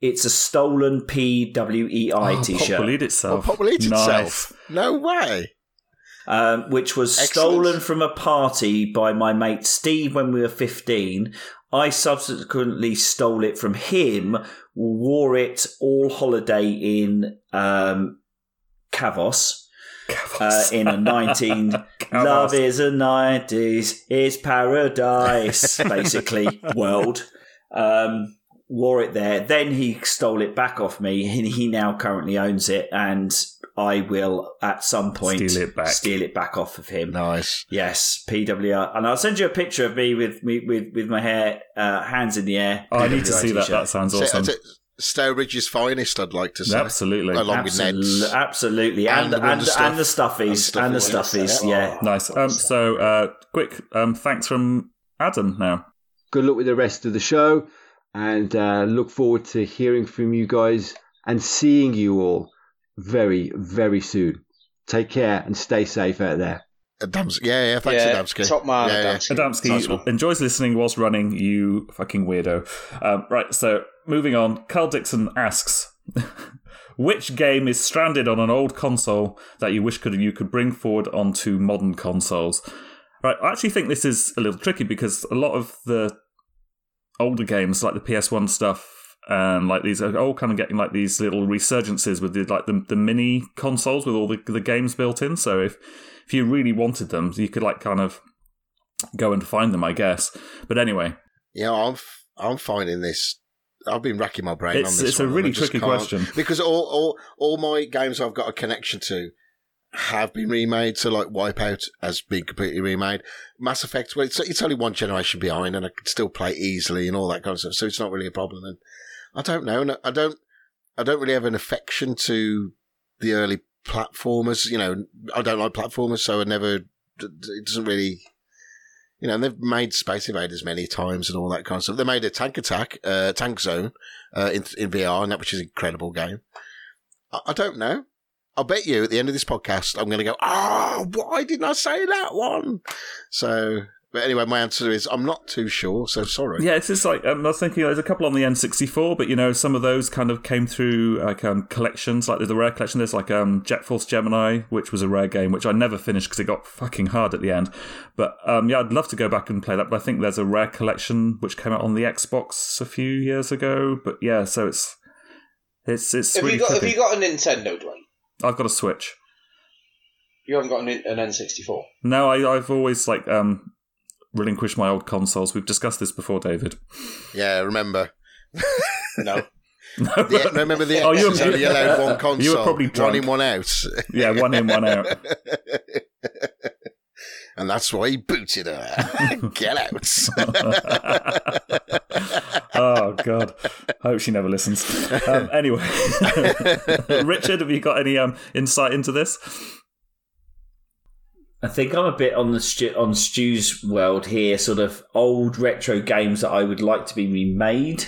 it's a stolen P W E I Oh, t Pop shirt. bleed itself. Oh, Pop Bleed Nice. itself. No way. um, which was Excellent. stolen from a party by my mate Steve when we were 15. I subsequently stole it from him, wore it all holiday in um, Cavos. Uh, in [laughs] a 19 Cavos. love is a 90s [laughs] is paradise basically world um wore it there then he stole it back off me and he now currently owns it and i will at some point Steal it back. steal it back off of him Nice. yes pwr and i'll send you a picture of me with me with with my hair uh, hands in the air Oh, I need to PWR see that. t-shirt. That sounds So, awesome. so, Stowbridge's finest, I'd like to say. Absolutely. Along with Absolutely, Ned's. absolutely, and And and, the and, Wonder Stuff. the stuffies and And the the Stuffy stuffies. Yeah, Nice. Um, so, uh, quick um, thanks from Adam now. Good luck with the rest of the show, and uh, look forward to hearing from you guys and seeing you all very, very soon. Take care and stay safe out there. Adams- yeah, yeah, thanks, Yeah, Adamski. top man, yeah, yeah. Adamski. Adamski Nice one. enjoys listening whilst running, you fucking weirdo. Um, right, so moving on. Carl Dixon asks [laughs] Which game is stranded on an old console that you wish could you could bring forward onto modern consoles? Right, I actually think this is a little tricky because a lot of the older games like the PS1 stuff and like these are all kind of getting like these little resurgences with the, like the, the mini consoles with all the, the games built in. So if if you really wanted them, you could like kind of go and find them, I guess. But anyway, Yeah, I'm f- I'm finding this. I've been racking my brain It's- on this. it's a one and I really just tricky can't- question. [laughs] because all, all all my games I've got a connection to have been remade. So like Wipeout has been completely remade. Mass Effect, well, it's it's only one generation behind, and I can still play easily and all that kind of stuff. So it's not really a problem. And I don't know. and I don't I don't really have an affection to the early platformers. You know, I don't like platformers, so I never. It doesn't really you know, and they've made Space Invaders many times and all that kind of stuff. They made a Tank Attack, uh, Tank Zone, uh, in, in VR, and that which is an incredible game. I, I don't know. I bet you at the end of this podcast, I'm going to go, oh, why didn't I say that one? So, but anyway, my answer is I'm not too sure, so sorry. yeah, it's just like um, I was thinking there's a couple on the N64, but you know some of those kind of came through like um, collections, like the, the rare collection. There's like um, Jet Force Gemini, which was a rare game, which I never finished because it got fucking hard at the end. But um, yeah, I'd love to go back and play that. But I think there's a rare collection which came out on the Xbox a few years ago. But yeah, so it's it's it's Have really you got tricky. Have you got a Nintendo, Dwayne? I've I've got a Switch. You haven't got an, an N64. No, I, I've always like um, relinquished my old consoles. We've discussed this before, David. Yeah, remember. [laughs] No. The, remember the Oh, you X's were- only allowed one console. You were probably drunk. One in, one out. [laughs] [laughs] Yeah, one in, one out. and that's why he booted her. [laughs] Get [laughs] out. oh god i hope she never listens [laughs] um, anyway [laughs] richard have you got any um, insight into this I think I'm a bit on the Stu- on Stu's world here. Sort of old retro games that I would like to be remade.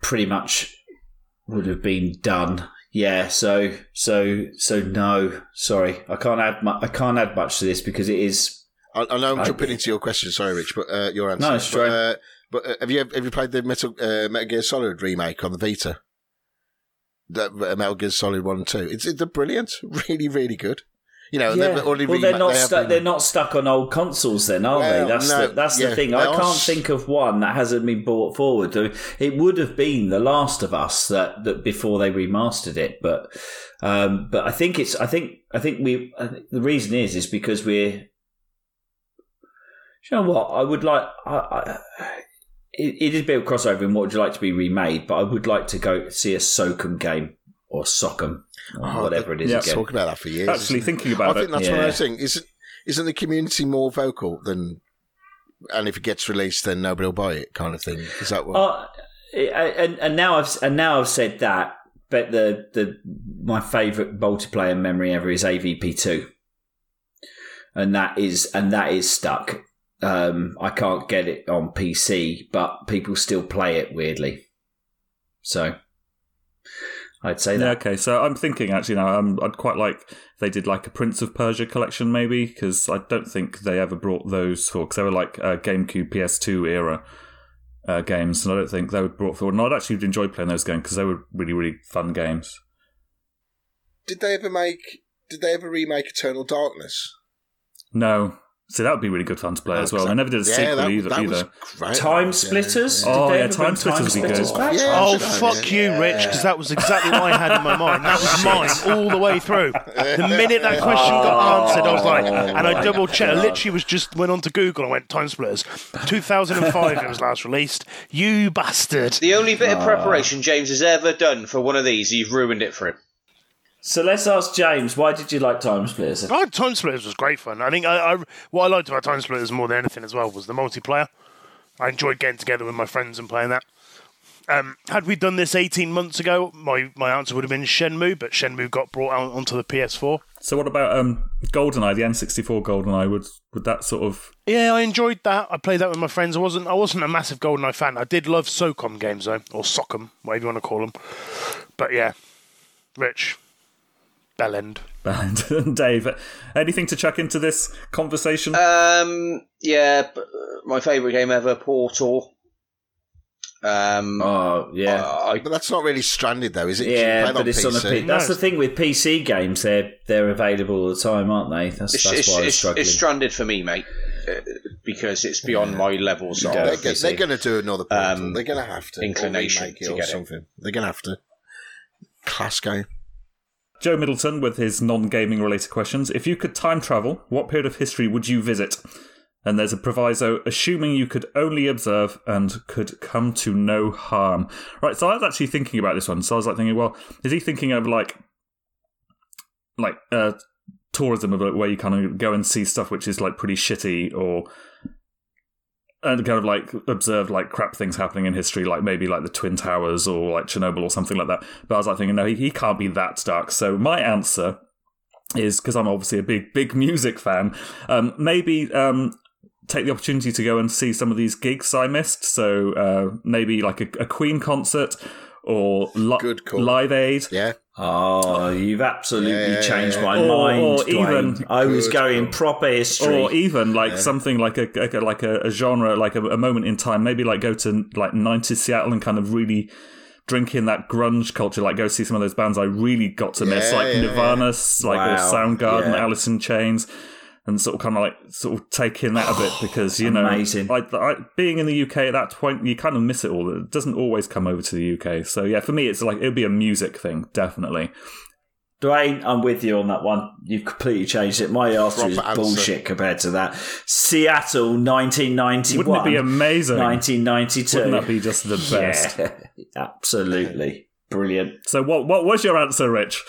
Pretty much would have been done. Yeah. So so so no. Sorry, I can't add. Mu- I can't add much to this because it is I, I know I'm I- jumping into your question, sorry, Rich, but uh, your answer. No, it's but, fine. uh, but uh, have you have you played the Metal uh, Metal Gear Solid remake on the Vita? That uh, Metal Gear Solid One and Two. It's they're brilliant, [laughs] really, really good. You know, Yeah. they've already well, they're remade- not they have stuck. remade- They're not stuck on old consoles, then, are Well, they? That's no, the, that's the yeah, thing. they I are can't s- think of one that hasn't been brought forward. It would have been The Last of Us that, that before they remastered it, but um, but I think it's I think I think we I think the reason is is because we're. Do you know what? I would like. I, I, it, it is a bit of a crossover in what would you like to be remade, but I would like to go see a Socom game or Socom or Oh, whatever it is yeah, again. Talking about that for years. actually isn't it? thinking I about think it that's what I Yeah. think. Isn't isn't the community more vocal than? And if it gets released, then nobody will buy it, kind of thing. Is that what? Uh, and and now I've and now I've said that, but the the my favourite multiplayer memory ever is AVP two, and that is and that is stuck. Um, I can't get it on PC, but people still play it weirdly. So I'd say Yeah, that. okay. So I'm thinking actually now, um, I'd quite like if they did like a Prince of Persia collection maybe, because I don't think they ever brought those for because they were like uh, GameCube, PS2 era uh, games, and I don't think they were brought forward. And I'd actually enjoy playing those games because they were really, really fun games. Did they ever make? Did they ever remake Eternal Darkness? No, so that would be really good fun to play as well. They never did a Yeah, sequel that, either. that either. was great. Time Yeah. splitters. Oh, Did they yeah, ever Time bring Splitters would be good. back? Yeah. Oh, Yeah. fuck you, Rich, because that was exactly what I had in my mind. That was mine all the way through. The minute that question got answered, I was like, and I double checked. I literally was just went onto Google and went time splitters. 2005 it was last released. You bastard. The only bit Uh, of preparation James has ever done for one of these, you've ruined it for him. So let's ask James. Why did you like Time Splitters? I had Time Splitters was great fun. I think I, I what I liked about Time Splitters more than anything as well was the multiplayer. I enjoyed getting together with my friends and playing that. Um, had we done this 18 months ago, my, my answer would have been Shenmue, but Shenmue got brought out onto the PS4. So what about um, GoldenEye, the N64 GoldenEye? Would would that sort of [laughs] Yeah, I enjoyed that. I played that with my friends. I wasn't I wasn't a massive GoldenEye fan. I did love SOCOM games though, or SOCOM, whatever you want to call them. But yeah, Rich, Bellend. band? Dave, anything to chuck into this Uh, conversation? Um, yeah, b- my favourite game ever, Portal. Um, uh, Oh yeah, I- But that's not really stranded though, is it? 'Cause you yeah, played but it's on a P- that's the thing with PC games; they're they're available all the time, aren't they? That's it's, that's it's, why I was it's, struggling. it's stranded for me, mate, uh, because it's beyond my levels of They're, go- they're PC. going to do another portal. Um, they're going to have to. or inclination remake it to or get it. something. They're going to have to. Class game. Joe Middleton with his non-gaming related questions. If you could time travel, what period of history would you visit? And there's a proviso, assuming you could only observe and could come to no harm. Right, so I was actually thinking about this one. So I was like thinking, well, is he thinking of like like uh tourism of like, where you kind of go and see stuff which is like pretty shitty or and kind of like observe like crap things happening in history, like maybe like the Twin Towers or like Chernobyl or something like that. But I was like thinking, no, he, he can't be that dark. So my answer is because I'm obviously a big, big music fan, um, maybe um, take the opportunity to go and see some of these gigs I missed. So uh, maybe like a, a Queen concert or li- Good call. Live Aid. Yeah. Oh, you've absolutely Yeah, yeah, changed yeah. my Or- mind, or Dwayne. even- I was Good going God. proper history. Or e- even like something like a like a, like a, a genre, like a, a moment in time. Maybe like go to like '90s Seattle and kind of really drink in that grunge culture. Like go see some of those bands I really got to miss, Yeah, like yeah, Nirvana, like or Wow, Soundgarden, yeah. Alice in Chains. And sort of kind of like sort of take in that a bit because you know, Amazing. I, I, being in the UK at that point, you kind of miss it all. It doesn't always come over to the UK, so yeah, for me, it's like it'd be a music thing, definitely. Dwayne, I'm with you on that one. You've completely changed it. My answer is Proper answer. bullshit compared to that. Seattle, 1991. Wouldn't it be amazing? 1992. Wouldn't that be just the best? Yeah, [laughs] absolutely. Brilliant. So what what was your answer, Rich?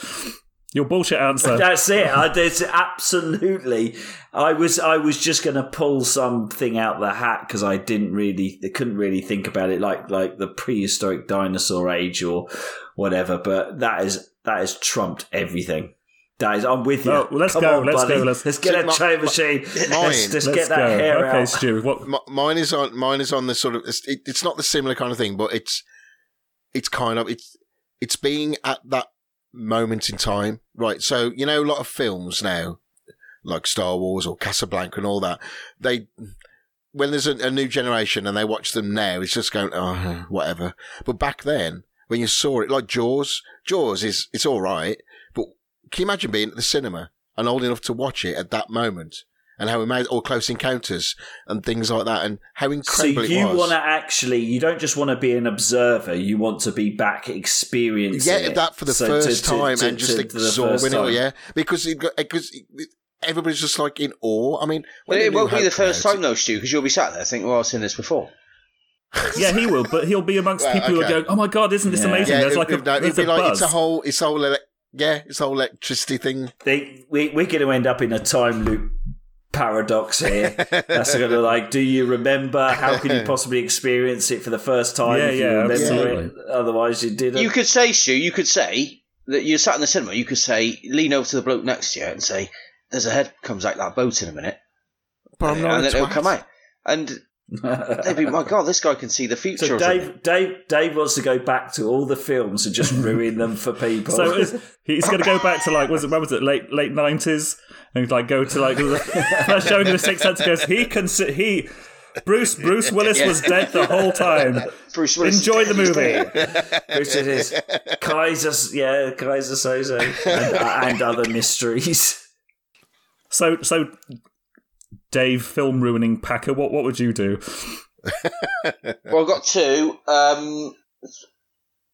Your bullshit answer. That's it. I did absolutely. I was I was just going to pull something out the hat because I didn't really, I couldn't really think about it, like like the prehistoric dinosaur age or whatever. But that is that has trumped everything. That is, I'm with you. No, let's Come go, on, let's buddy. go, let's- See, get a my- train machine. let's Let's just get that go. hair okay, out. Stu. What? M- mine is on. Mine is on the sort of. It's, it, it's not the similar kind of thing, but it's it's kind of it's it's being at that moment in time, right? So you know, a lot of films now, like Star Wars or Casablanca and all that, they when there's a, a new generation and they watch them now, it's just going oh whatever. But back then, when you saw it, like Jaws, Jaws is it's all right, but can you imagine being at the cinema and old enough to watch it at that moment? And how amazing, or Close Encounters and things like that, and how So incredible you it was. want to actually, you don't just want to be an observer. You want to be back experiencing yeah, it. that for the So to- first to- time to- and just to- to the first absorbing it. time. Yeah, because it, got- because it- everybody's just like in awe. I mean, But when it New won't be Hope the first came out, time though, Stu, because you'll be sat there thinking, "Well, I've seen this before." Yeah, he will, but he'll be amongst Well, people who are okay. going, "Oh my god, isn't this Yeah. amazing?" Yeah, There's it, like a, no, it'd there's be a like buzz. it's a whole it's a whole ele- yeah, it's a whole electricity thing. They, we, we're going to end up in a time loop paradox here. [laughs] [laughs] That's going to like, do you remember? How can you possibly experience it for the first time? Yeah, if you yeah, remember absolutely. It? Otherwise, you didn't. You could say, Stu, you could say that you're sat in the cinema. You could say, lean over to the bloke next to you and say, "There's a head comes out that boat in a minute," Uh, But I'm not and a then it'll twat. come out, and they'd be, "My God, this guy can see the future." so or something." Dave, Dave, Dave wants to go back to all the films and just ruin them for people. so it's, he's going to go back to like was it when was it late late nineties and like go to like [laughs] the first showing of the Sixth Sense goes he can sit- he Bruce Bruce Willis was dead the whole [laughs] time. Bruce Willis. Enjoy the movie. [laughs] Which it is. Kaiser, yeah, Kaiser Soze and, [laughs] and other mysteries. So so Dave film ruining Packer. What what would you do? [laughs] Well, I've got two. Um,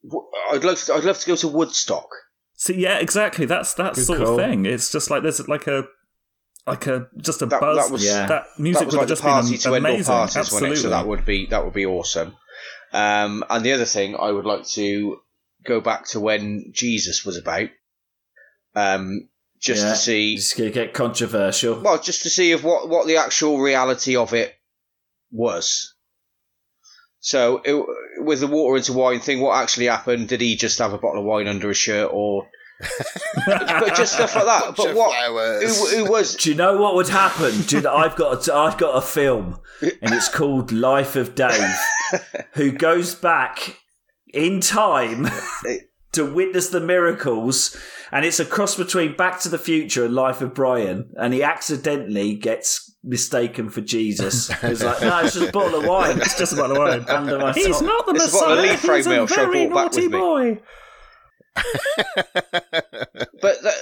w- I'd love to, I'd love to go to Woodstock. See, yeah, exactly. That's that Good sort of call. thing. It's just like there's like a like a just a That, buzz. that was Yeah. That music that was would have like the just been party to am- end all amazing. parties, Absolutely. wasn't it? So that would be that would be awesome. Um, and the other thing I would like to go back to when Jesus was about, um, just Yeah. to see, It's going to get controversial. well, just to see if what what the actual reality of it was. So it, with the water into wine thing, what actually happened? Did he just have a bottle of wine under his shirt, or [laughs] but just stuff [laughs] like that? Bunch But of what? Who, flowers. who was? Do you know what would happen? Do you know, I've got a, I've got a film, and it's called Life of Dave, who goes back in time to witness the miracles, and it's a cross between Back to the Future and Life of Brian, and he accidentally gets mistaken for Jesus. It's like no, it's just a bottle of wine. It's just Just about the [laughs] way. under my He's top. not the It's about the Messiah. leaf frame He's a mail should I very brought back naughty with me. boy. But that,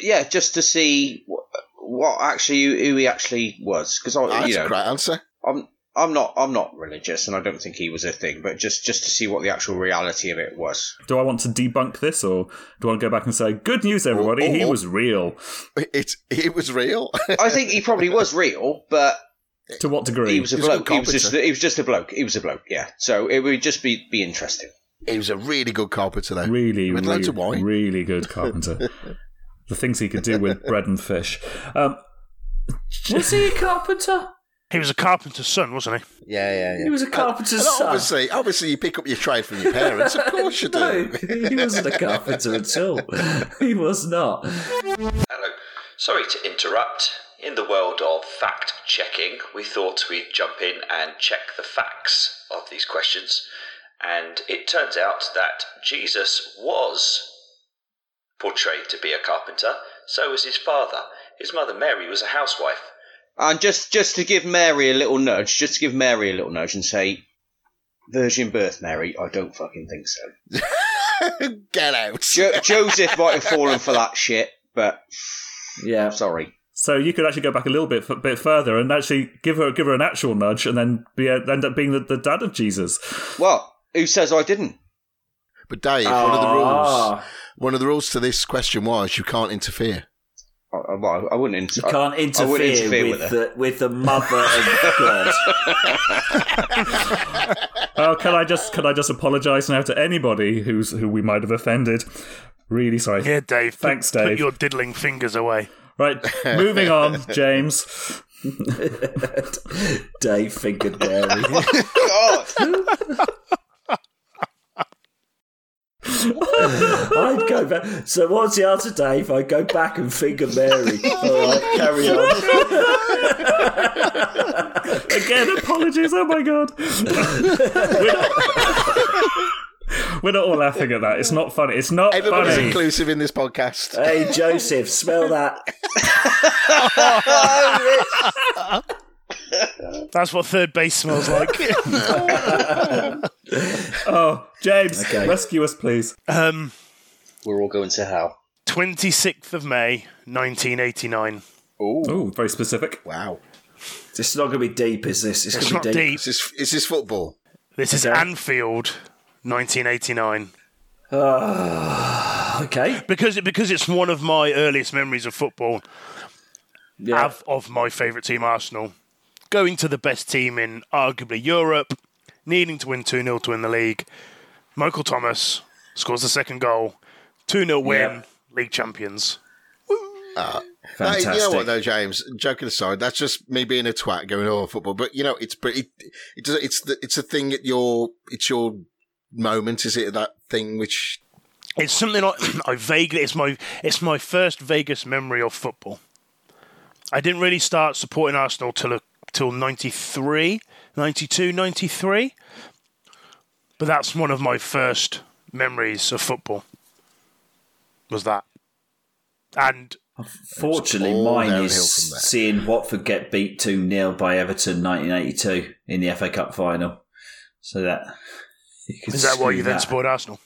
yeah, just to see what, what actually who he actually was, because I, That's you know, a great answer. I'm I'm not I'm not religious, and I don't think he was a thing. But just just to see what the actual reality of [laughs] it was. Do I want to debunk this, or do I want to go back and say, "Good news, everybody, he Or- or- was real"? It it was [laughs] real. I think he probably was real, but To what degree? he was a He was a bloke. good He was just carpenter. he was just a bloke. He was a bloke. Yeah. So it would just be be interesting. he was a really good carpenter though. really, with really, loads of wine. really good [laughs] carpenter. the things he could do with bread and fish. [laughs] Um, Was he a carpenter? He was a carpenter's son, wasn't he? yeah, yeah, yeah. He Uh, was a carpenter's And son. obviously, obviously, you pick up your trade from your parents. Of course you do. [laughs] no, he wasn't a carpenter [laughs] at all. He was not. Hello. Sorry to interrupt. In the world of fact checking, we thought we'd jump in and check the facts of these questions. And it turns out that Jesus was portrayed to be a carpenter, so was his father. His mother Mary was a housewife. And just just to give Mary a little nudge, just to give Mary a little nudge and say, "Virgin birth, Mary." I don't fucking think so. [laughs] Get out. Jo- Joseph might have fallen for that shit, but Yeah. I'm sorry. so you could actually go back a little bit bit further and actually give her give her an actual nudge, and then be uh, end up being the, the dad of Jesus. Well, who says I didn't? But Dave, one of the rules, Ah, one of the rules to this question was you can't interfere. I, I, well, I wouldn't. Inter- You can't I interfere, wouldn't interfere with, with her. the, with the mother of God. Oh, can I just can I just apologise now to anybody who's who we might have offended? Really sorry. Yeah, Dave. put- Thanks, Put Dave. your diddling fingers away. Right, moving on, James. [laughs] Dave fingered Mary. Oh, God, I'd go back. So what's the answer, Dave? I'd go back and finger Mary. All right, carry on. Again, apologies. Oh my god. [laughs] we're, not, [laughs] we're not all laughing at that. It's not funny. It's not Everybody's funny. inclusive in this podcast. Hey, Joseph, smell that. That's what third base smells like. [laughs] Oh, James, Okay. rescue us, please. um, we're all going to hell. 26th of May, 1989. Oh, very specific. Wow, It's not going to be deep, is this? It's, It's going not to be deep. deep. is this is this football? This is Okay. Anfield, 1989. Ah, okay. Because it, because it's one of my earliest memories of football, Yeah. of, of my favourite team, Arsenal. Going to the best team in arguably Europe, needing to win 2 0 to win the league. Michael Thomas scores the second goal, 2 0 win, Yeah. league champions. That is- you know Fantastic. what though, James? Joking aside, that's just me being a twat going oh football. But you know, it's pretty. It, it does. It's the, it's a thing at your it's your moment. Is it that thing which It's something I, [clears throat] I vaguely it's my it's my first Vegas memory of football. I didn't really start supporting Arsenal till till 93, 92, 93. But that's one of my first memories of football. Was that? And Fortunately, all mine downhill is from there. seeing Watford get beat 2 0 by Everton 1982 in the FA Cup final. So that. you can is that why screw you then that. supported Arsenal?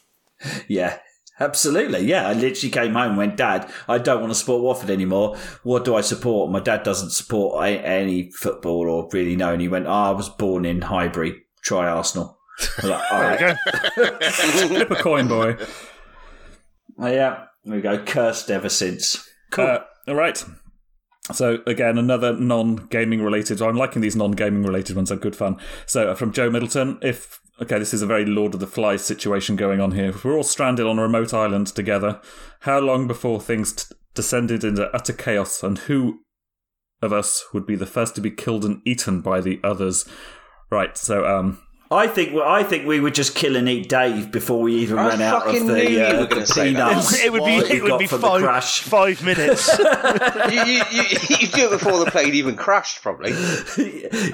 Yeah, absolutely. Yeah, I literally came home and went, Dad, I don't want to support Watford anymore. What do I support? My dad doesn't support a- any football or really know. And he went, oh, I was born in Highbury. Try [laughs] Arsenal. I was like, All There right. you go. Flip [laughs] a coin, boy. Oh, yeah, there we go. Cursed ever since. Cool. Uh, all right. So again, another non-gaming related. I'm liking these non-gaming related ones. They're good fun. So uh, from Joe Middleton, if okay, this is a very Lord of the Flies situation going on here. If we're all stranded on a remote island together, how long before things t- descended into utter chaos, and who of us would be the first to be killed and eaten by the others? Right. So um, I think well, I think we would just kill and eat Dave before we even I ran out of fucking knew the, you were uh, gonna the say that. peanuts. [laughs] It would be that we it would got be from the five, crash. five minutes. [laughs] you, you, you, you do it before the plane even crashed, probably. [laughs]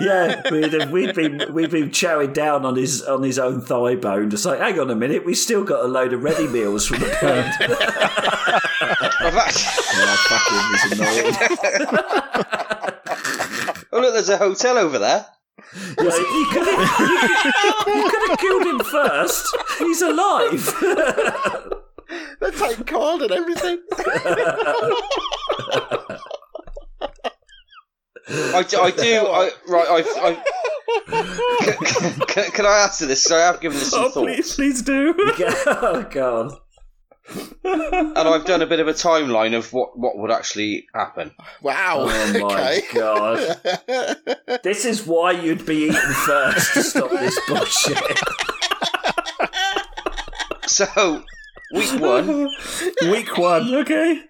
yeah, we'd, have, we'd been we'd been chowing down on his on his own thigh bone. Just like, hang on a minute, we still got a load of ready meals from the bird. [laughs] Well, [laughs] that- [laughs] fucking is annoying. oh, look, there's a hotel over there. Yes, you could have killed him first. He's alive. [laughs] They take card and everything. I, do- I do. I, right, I've. I've can, can, can I answer this? So I have given this some Oh, thought. please, please do. oh god. And I've done a bit of a timeline of what, what would actually happen. Wow. Oh my [laughs] okay. god. This is why you'd be eaten first to stop this bullshit. So, week one, Week one, okay.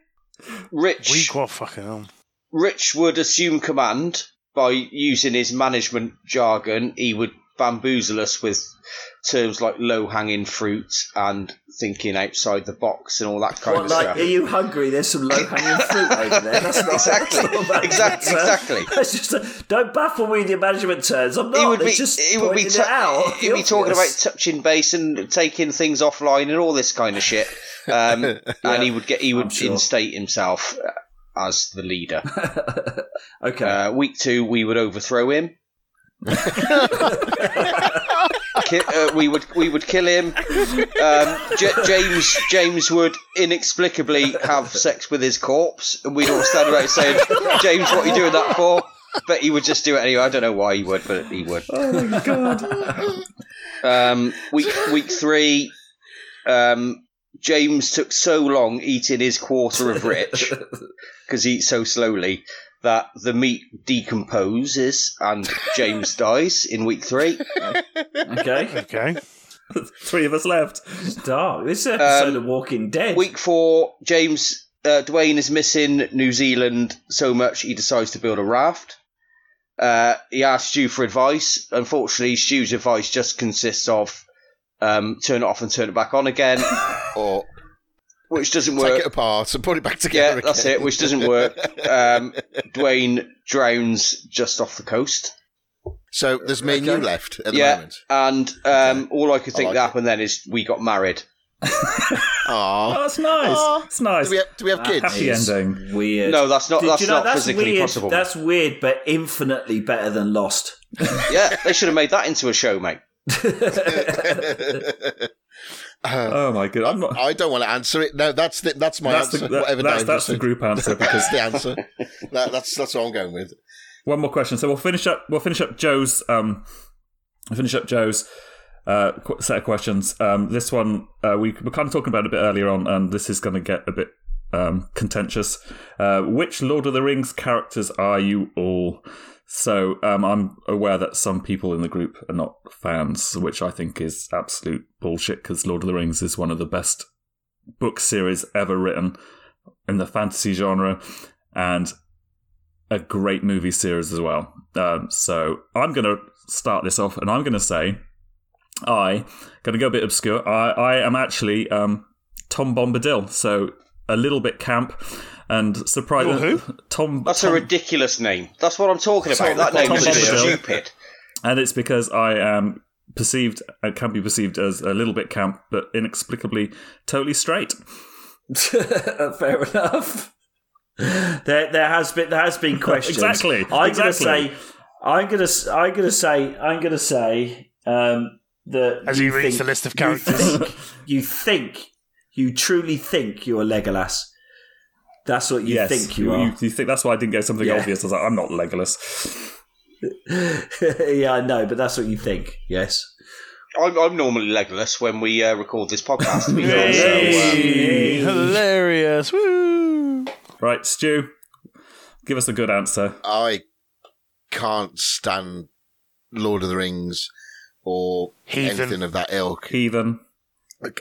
Rich. Week one, fucking hell. Rich would assume command by using his management jargon. He would bamboozle us with terms like low hanging fruit and thinking outside the box and all that kind What, of like, stuff. are you hungry? There's some low hanging fruit over there. That's not [laughs] that's Exactly. not about Exactly, that, sir. [laughs] exactly. That's just a, don't baffle me with your management terms. I'm not. he would be, just he would be, pointing tu- it out. he'd be The talking about obvious. touching base and taking things offline and all this kind of shit. [laughs] Um, and he would get he would sure. instate himself as the [laughs] leader. Okay. Uh, week two, we would overthrow [laughs] him. Ki- uh, we would we would kill him. Um, J- James James would inexplicably have sex with his corpse, and we'd all stand around saying, "James, what are you doing that for?" But he would just do it anyway. I don't know why he would, but he would. Oh my god. Um, week week three, um, James took so long eating his quarter [laughs] of rich because he eats so slowly that the meat decomposes and James dies in week three. [laughs] okay. [laughs] Okay. [laughs] Three of us left. It's dark. This is an episode Um, of Walking Dead. Week four, James uh, Dwayne is missing New Zealand so much he decides to build a raft. Uh, he asks Stu for advice. Unfortunately, Stu's advice just consists of um, turn it off and turn it back on again, [laughs] Or which doesn't take work. it apart and put it back Yeah, together. that's again. it, which doesn't work. Um, Dwayne drowns just off the coast. So there's me and you left at the yeah, moment. and um, all I could think like that it. happened then is we got married. Aww. Oh, that's nice. That's nice. Do we have, do we have kids? Happy ending. Weird. No, that's not. Did that's you know, not that's physically weird. possible. That's weird, but infinitely better than Lost. Yeah, they should have made that into a show, mate. Oh my god. I'm not. [laughs] I don't want to answer it. No, that's the, that's my That's answer. the, that, Whatever that's, Dave that's the said. group [laughs] answer because That's [laughs] the answer. that, that's that's what I'm going with. One more question. So we'll finish up. We'll finish up Joe's. Um, we'll finish up Joe's uh, qu- set of questions. Um, this one uh, we were kind of talking about a bit earlier on, and this is going to get a bit um, contentious. Uh, which Lord of the Rings characters are you all? So um, I'm aware that some people in the group are not fans, which I think is absolute bullshit. Because Lord of the Rings is one of the best book series ever written in the fantasy genre, and a great movie series as well. Um, so I'm going to start this off, and I'm going to say I going to go a bit obscure. I, I am actually um, Tom Bombadil, so a little bit camp and surprising. You're Tom, That's a Tom- ridiculous name. That's what I'm talking about. Sorry, that name is Tom just Bombadil. stupid. and it's because I am perceived, I can be perceived as a little bit camp, but inexplicably totally straight. Fair enough. There, there has been there has been questions. Exactly, I'm exactly. gonna say, I'm gonna, s- I'm gonna say, I'm gonna say um, that As you he reads think- the list of you characters. think- you think, you truly think you're Legolas. That's what you yes, think you, you, are. you think that's why I didn't go something Yeah. obvious. I was like, I'm not Legolas. [laughs] yeah, I know, but that's what you think. Yes. I'm, I'm normally legless when we uh, record this [laughs] podcast. To be fair, so, uh, Hey, hilarious. Woo. Right, Stu, give us a good answer. I can't stand Lord of the Rings or Heathen. anything of that ilk. Heathen.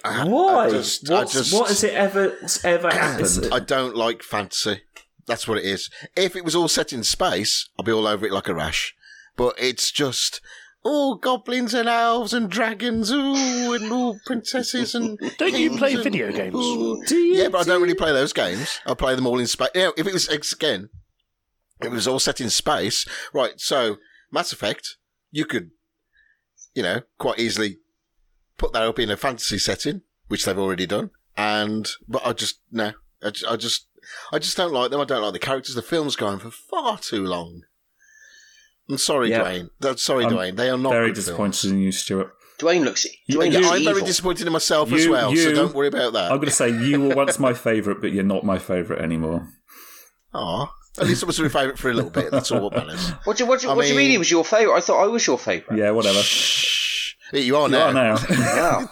I, Why? I just, I What's- just, what has it ever what's ever [coughs] happened? I don't like fantasy. That's what it is. If it was all set in space, I'd be all over it like a rash. But it's just all goblins and elves and dragons, ooh, and all princesses and. [laughs] Don't you kings play and- video games? ooh." Do you- yeah, but I don't really play those games. I play them all in space. You know, if it was again, if it was all set in space, right? So Mass Effect, you could, you know, quite easily put that up in a fantasy setting, which they've already done. And but I just no, I just, I just, I just don't like them. I don't like the characters. The film's going for far too long. I'm sorry, Yeah. Dwayne. That's- Sorry, I'm Dwayne. They are not Very good films. disappointed in you, Stuart. Dwayne looks. You- Dwayne you- looks I'm evil. very disappointed in myself as You- well, so you- don't worry about that. I'm going to say you were once my favourite, but you're not my favourite anymore. Aw. At least it was your favourite for a little bit. That's all what matters. what do, what, do, I what do you mean mean- he was your favourite? I thought I was your favourite. Yeah, whatever. Shh. Here you are You now. are [laughs] now.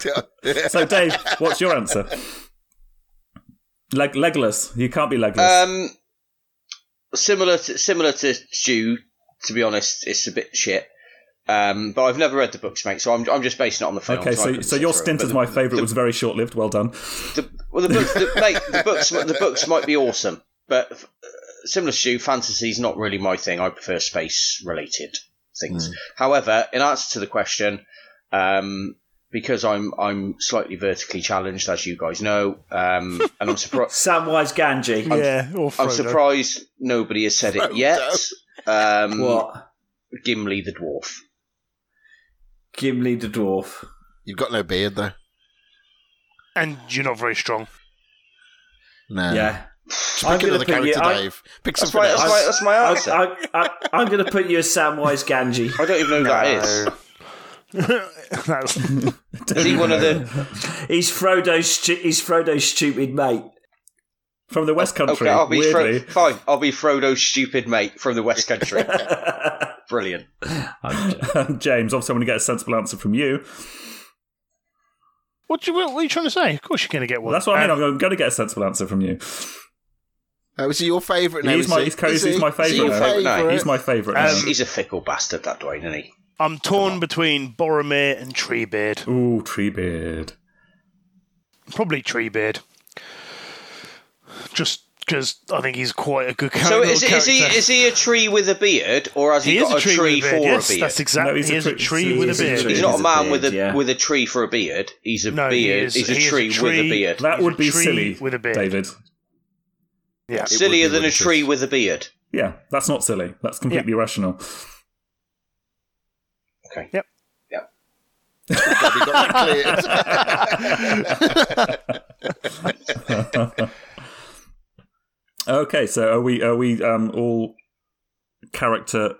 [laughs] Yeah. so, Dave, what's your answer? Leg- legless. You can't be legless. Um, similar to similar to Stu, to be honest, it's a bit shit. Um, but I've never read the books, mate, so I'm, I'm just basing it on the film. okay, I so couldn't so sit your through it. stint But as the- my favourite was very short lived. Well done. The, well, the books, the, mate, the books, the books might be awesome, but uh, similar to Stu, fantasy's not really my thing. I prefer space related things. However, in answer to the question, um, because I'm I'm slightly vertically challenged, as you guys know, um, and I'm [laughs] surprised. Samwise Ganji. yeah, or I'm Frodo. surprised nobody has said it Frodo. yet. Um, What? Gimli the dwarf. Gimli the dwarf. You've got no beard, though. And you're not very strong. No. Yeah. Just I'm pick gonna another put you- character, I- Dave. Pick That's something my, that's, else. my, that's my I, answer. I, I, I, I'm going to put you as Samwise Ganji. don't even know who that is. That's Is he one of the? He's Frodo's, stu- he's Frodo's stupid mate. From the West Country, Okay, I'll be Fro- weirdly. fine. I'll be Frodo's stupid mate from the West Country. Brilliant. [laughs] James, obviously, I'm going to get a sensible answer from you. [laughs] what, you, what are you trying to say? Of course, you're going to get one. That's what I mean. And I'm going to get a sensible answer from you. Oh, is he your favourite now? He's is my- he? he's Cody's- Is he? he's my Is he your favourite now. favourite? He's my favourite. Um, He's a fickle bastard, that Dwayne, isn't he? I'm torn between Boromir and Treebeard. Ooh, Treebeard. Probably Treebeard. Just because I think he's quite a good character. So is, is he character. is he a tree with a beard, or has he, He is got a tree, with a for beard. Yes, a beard? that's exactly. No, he's he a is a tree- tree he with is a a beard. tree. He's not a He's a man beard, with a yeah. with a tree for a beard. He's a No, he beard. is- he's he is a a tree, with a tree. beard. That He's a would be tree silly, with a beard. David. Yeah. would Sillier be than a ridiculous. tree with a beard. Yeah, that's not silly. That's completely rational. Okay. Yep. Yep. Have you got that cleared? [laughs] Okay, so are we are we um, all character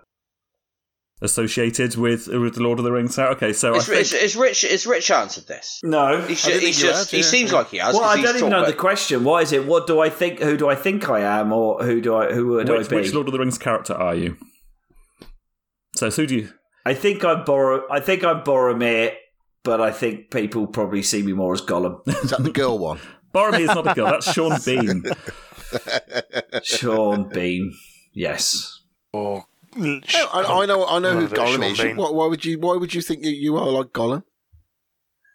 associated with with the Lord of the Rings? now? Okay, so I Is, think, is, is Rich is Rich answered this? No. He's I just, didn't he's think you just had, he yeah. seems like he has. Well, 'cause I he's don't even know talked the about- question. What is it? What do I think? Who do I think I am, or who do I who would which, I be? which Lord of the Rings character are you? So who do you? I think I'm Bor- I think I'm Boromir, but I think people probably see me more as Gollum. Is that the girl one? Boromir is not a girl. That's Sean [laughs] Bean. Sean Bean. Yes. Or I, I know. I know Love who it, Gollum Sean is. Bean. Why, why would you? Why would you think you, you are like Gollum?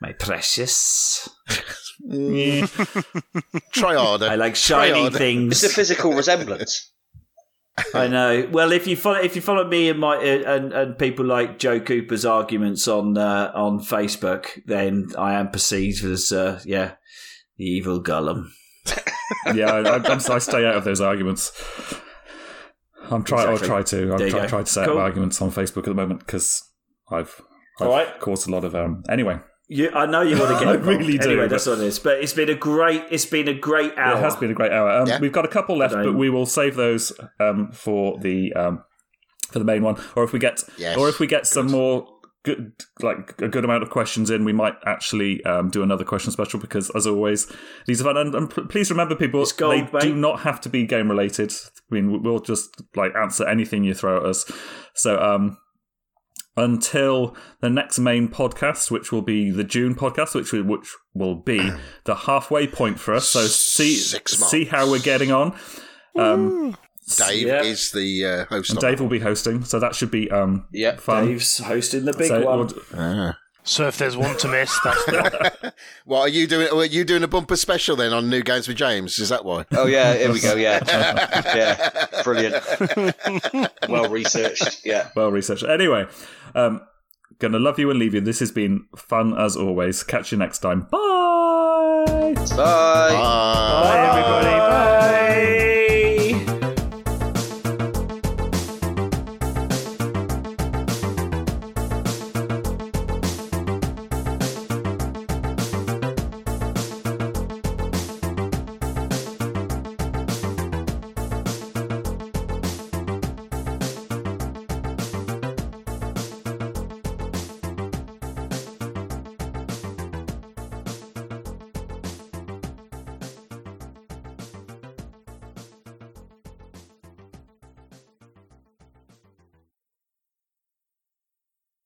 My precious. Yeah. Try harder. [laughs] I like Uh, Try shiny harder. things. [laughs] It's a physical resemblance. I know. Well, if you follow if you follow me and my and, and people like Joe Cooper's arguments on uh, on Facebook, then I am perceived as uh, yeah, the evil Gollum. yeah, I, I, I'm, I stay out of those arguments. I'm trying. Exactly. I'll try to. There I'm you try, go. trying to set Cool. up arguments on Facebook at the moment because I've, I've All right. caused a lot of. Um, anyway, You, I know you want [laughs] to get. I it wrong. really do, Anyway, but- that's what it is. But it's been a great. It's been a great hour. it has been a great hour. Um, Yeah. We've got a couple left, Good but aim. we will save those um, for the um, for the main one, or if we get, Yes. or if we get some more. Good, like a good amount of questions in, we might actually um, do another question special because, as always, these are fun. And, and pl- please remember, people, It's gold, they mate. do not have to be game related. I mean, we'll just like answer anything you throw at us. So, um, until the next main podcast, which will be the June podcast, which we, which will be the halfway point for us. So see Six months. see how we're getting on. Um, Dave Yeah. is the uh, host. and of Dave it. will be hosting, so that should be um Yep. fun. Dave's hosting the big So one. we'll- Ah. So if there's one to miss, [laughs] that's the one. What are you doing? Are you doing a bumper special then on New Games with James? Is that why? Oh yeah, here we go. Yeah, yeah, brilliant. Well researched. Yeah. well researched. Anyway, um, Gonna love you and leave you. This has been fun as always. Catch you next time. Bye. Bye. Bye. Ah. Bye, everybody. Bye.